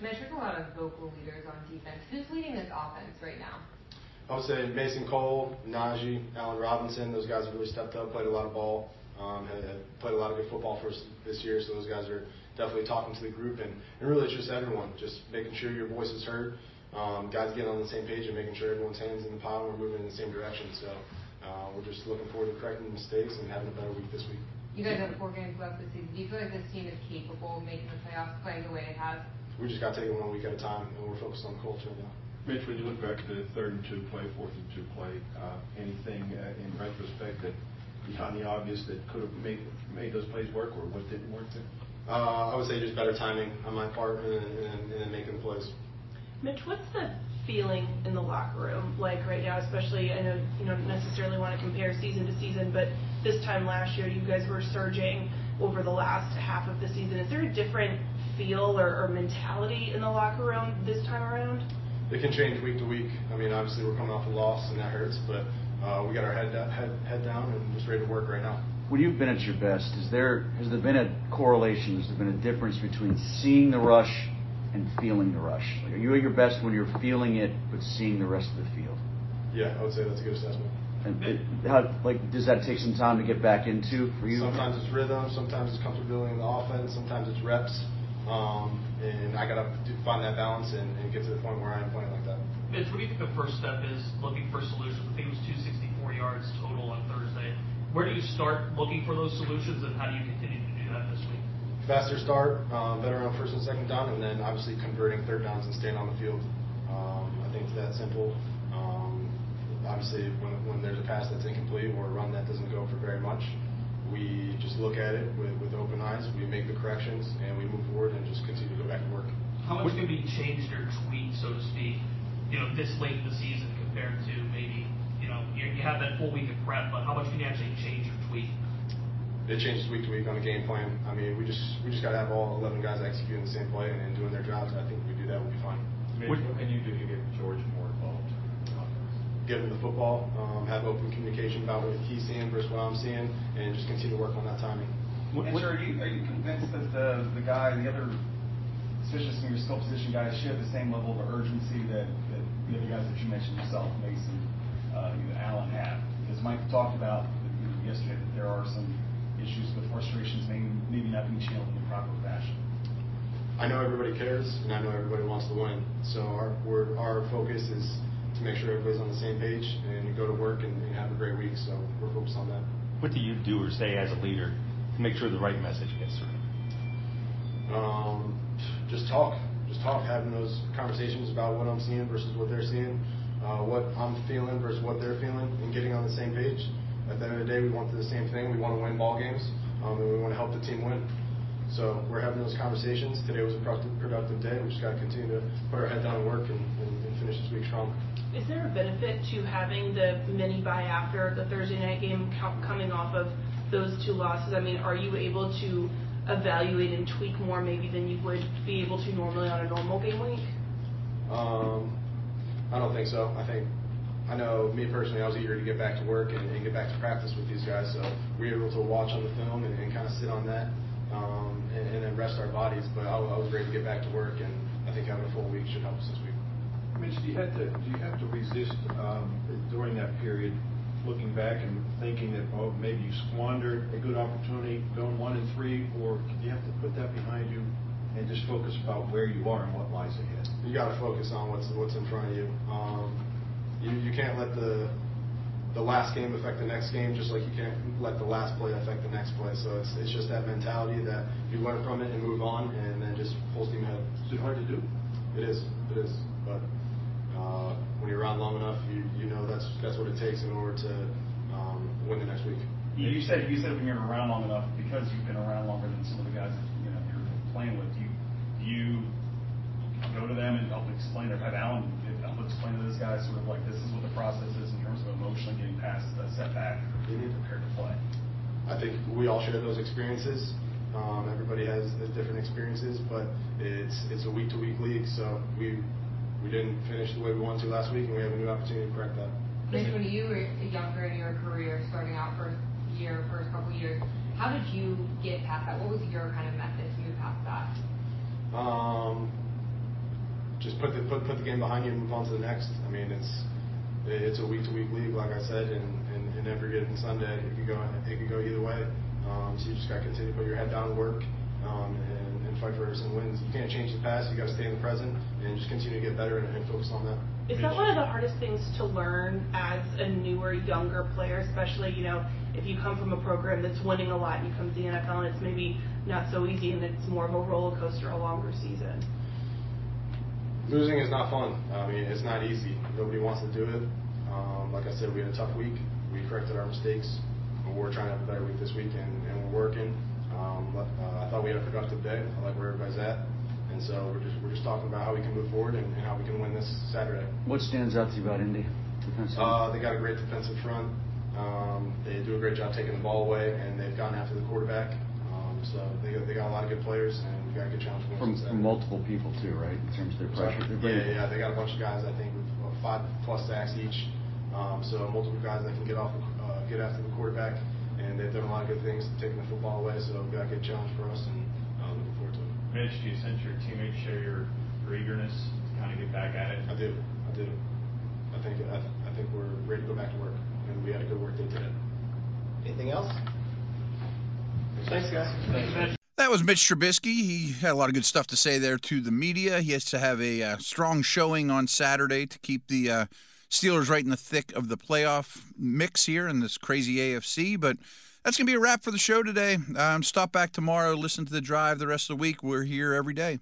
Speaker 11: Mitch, there's a lot of vocal leaders on defense. Who's leading this offense right now?
Speaker 6: I would say Mason Cole, Najee, Allen Robinson, those guys have really stepped up, played a lot of ball, um, have, have played a lot of good football for us this year. So those guys are definitely talking to the group and, and really it's just everyone, just making sure your voice is heard. Um, guys getting on the same page and making sure everyone's hands in the pile and we're moving in the same direction. So uh, we're just looking forward to correcting mistakes and having a better week this week.
Speaker 11: You guys have four games left this season. Do you feel like this team is capable of making the playoffs, playing the way it has?
Speaker 6: We just got to take it one week at a time and we're focused on the culture now.
Speaker 5: Mitch, when you look back to the third and two play, fourth and two play, uh, anything uh, in retrospect that beyond the obvious that could have made, made those plays work or what didn't work there?
Speaker 6: Uh, I would say just better timing on my part and, and, and making the plays.
Speaker 9: Mitch, what's the feeling in the locker room like right now? Especially, I know you don't necessarily want to compare season to season, but this time last year, you guys were surging over the last half of the season. Is there a different feel or, or mentality in the locker room this time around?
Speaker 6: it can change week to week. I mean, obviously we're coming off a loss and that hurts, but uh, we got our head, do- head head down and just ready to work right now.
Speaker 12: When you've been at your best, is there has there been a correlation? Has there been a difference between seeing the rush and feeling the rush? Like, are you at your best when you're feeling it but seeing the rest of the field?
Speaker 6: Yeah, I would say that's a good assessment.
Speaker 12: And it, how like does that take some time to get back into for you?
Speaker 6: Sometimes it's rhythm, sometimes it's comfortability in the offense, sometimes it's reps, um, and I gotta do, find that balance and, and get to the point where I'm playing like that.
Speaker 13: Mitch, what do you think the first step is looking for solutions? I think it was 264 yards total on Thursday. Where do you start looking for those solutions, and how do you continue to do that this week?
Speaker 6: Faster start, um, better on first and second down, and then obviously converting third downs and staying on the field. Um, I think it's that simple. Um, obviously, when, when there's a pass that's incomplete or a run that doesn't go for very much, we just look at it with, with open eyes, we make the corrections, and we move forward and just continue to go back to work.
Speaker 13: How much can be changed or tweaked, so to speak, you know, this late in the season compared to maybe, you know, you, you have that full week of prep, but how much can you actually change or tweak?
Speaker 6: It changes week to week on the game plan. I mean, we just we just got to have all 11 guys executing the same play and, and doing their jobs. I think if we do that, we'll be fine.
Speaker 7: Mitch, what can you do to get George more involved in the offense?
Speaker 6: Give him the football, um, have open communication about what he's seeing versus what I'm seeing, and just continue to work on that timing.
Speaker 14: Mitch, are you, are you convinced that the, the guy, the other, especially some of your skill position guys, share the same level of urgency that, that the other guys that you mentioned yourself, Mason, uh, you know, Allen have? Because Mike talked about you know, yesterday that there are some issues with frustrations maybe, maybe not being channeled in the proper fashion.
Speaker 6: I know everybody cares, and I know everybody wants to win. So our we're, our focus is to make sure everybody's on the same page and go to work and, and have a great week. So we're focused on that.
Speaker 10: What do you do or say as a leader to make sure the right message gets through?
Speaker 6: Um, just talk, just talk, having those conversations about what I'm seeing versus what they're seeing, uh, what I'm feeling versus what they're feeling, and getting on the same page. At the end of the day, we want the same thing. We want to win ball games, um, and we want to help the team win. So we're having those conversations. Today was a productive, productive day. We just got to continue to put our head down and work and, and, and finish this week strong.
Speaker 9: Is there a benefit to having the mini buy after the Thursday night game co- coming off of those two losses? I mean, are you able to evaluate and tweak more maybe than you would be able to normally on a normal game week?
Speaker 6: Um, I don't think so. I think I know me personally, I was eager to get back to work and, and get back to practice with these guys. So we were able to watch on the film and, and kind of sit on that um, and, and then rest our bodies. But I, I was ready to get back to work, and I think having a full week should help us this week.
Speaker 5: Mitch, do you have to, do you have to resist um, during that period, looking back and thinking that, oh, maybe you squandered a good opportunity going one and three, or do you have to put that behind you and just focus about where you are and what lies ahead?
Speaker 6: You got to focus on what's what's in front of you. Um, you you can't let the the last game affect the next game, just like you can't let the last play affect the next play. So it's it's just that mentality that you learn from it and move on, and then just full steam ahead.
Speaker 5: Is it hard to do?
Speaker 6: It is. It is. But uh, when you're around long enough, you you know that's that's what it takes in order to um, win the next week.
Speaker 14: You you said, you said when you're around long enough, because you've been around longer than some of the guys that, you know, you're playing with, you, you go to them and help explain, or have Alan help explain to this guy sort of like, this is what the process is in terms of emotionally getting past the setback, being prepared to play.
Speaker 6: I think we all share those experiences. Um, everybody has the different experiences, but it's it's a week to week league, so we we didn't finish the way we wanted to last week, and we have a new opportunity to correct that.
Speaker 11: Mitch, when you were younger in your career, starting out first year, first couple years, how did you get past that? What was your kind of method to move past that?
Speaker 6: Um, just put the put, put the game behind you and move on to the next. I mean, it's it's a week to week league, like I said, and, and, and every given Sunday it could go it could go either way. Um, so you just got to continue to put your head down, and work, um, and, and fight for some wins. You can't change the past. You got to stay in the present and just continue to get better and, and focus on that.
Speaker 9: Is that one of the hardest things to learn as a newer, younger player, especially, you know, if you come from a program that's winning a lot and you come to the NFL and it's maybe not so easy and it's more of a roller coaster, a longer season?
Speaker 6: losing is not fun. I mean, it's not easy. Nobody wants to do it. Um, like I said, we had a tough week. We corrected our mistakes. But we're trying to have a better week this week, and, and we're working. Um, but, uh, I thought we had a productive day. I like where everybody's at. And so we're just, we're just talking about how we can move forward and, and how we can win this Saturday.
Speaker 12: What stands out to you about Indy? defensively?
Speaker 6: Uh, they got a great defensive front. Um, they do a great job taking the ball away, and they've gone after the quarterback. Um, so they, got- they got a lot of good players, and we got a good challenge for
Speaker 12: From,
Speaker 6: us.
Speaker 12: from multiple people too, right? In terms of their pressure.
Speaker 6: Yeah,
Speaker 12: They're bringing-
Speaker 6: yeah, they got a bunch of guys, I think, with uh, five plus sacks each. Um, so multiple guys that can get off, uh, get after the quarterback, and they've done a lot of good things, taking the football away. So we got a good challenge for us, and uh, looking forward to it.
Speaker 7: Mitch, do you sense your teammates share your, your eagerness to kind of get back at it?
Speaker 6: I do, I do. I think, I, I think we're ready to go back to work, and we had a good work day today. Anything else? Thanks, guys. Thanks, Mitch.
Speaker 3: That was Mitch Trubisky. He had a lot of good stuff to say there to the media. He has to have a uh, strong showing on Saturday to keep the uh, Steelers right in the thick of the playoff mix here in this crazy AFC. But that's going to be a wrap for the show today. Um, stop back tomorrow, listen to the drive the rest of the week. We're here every day.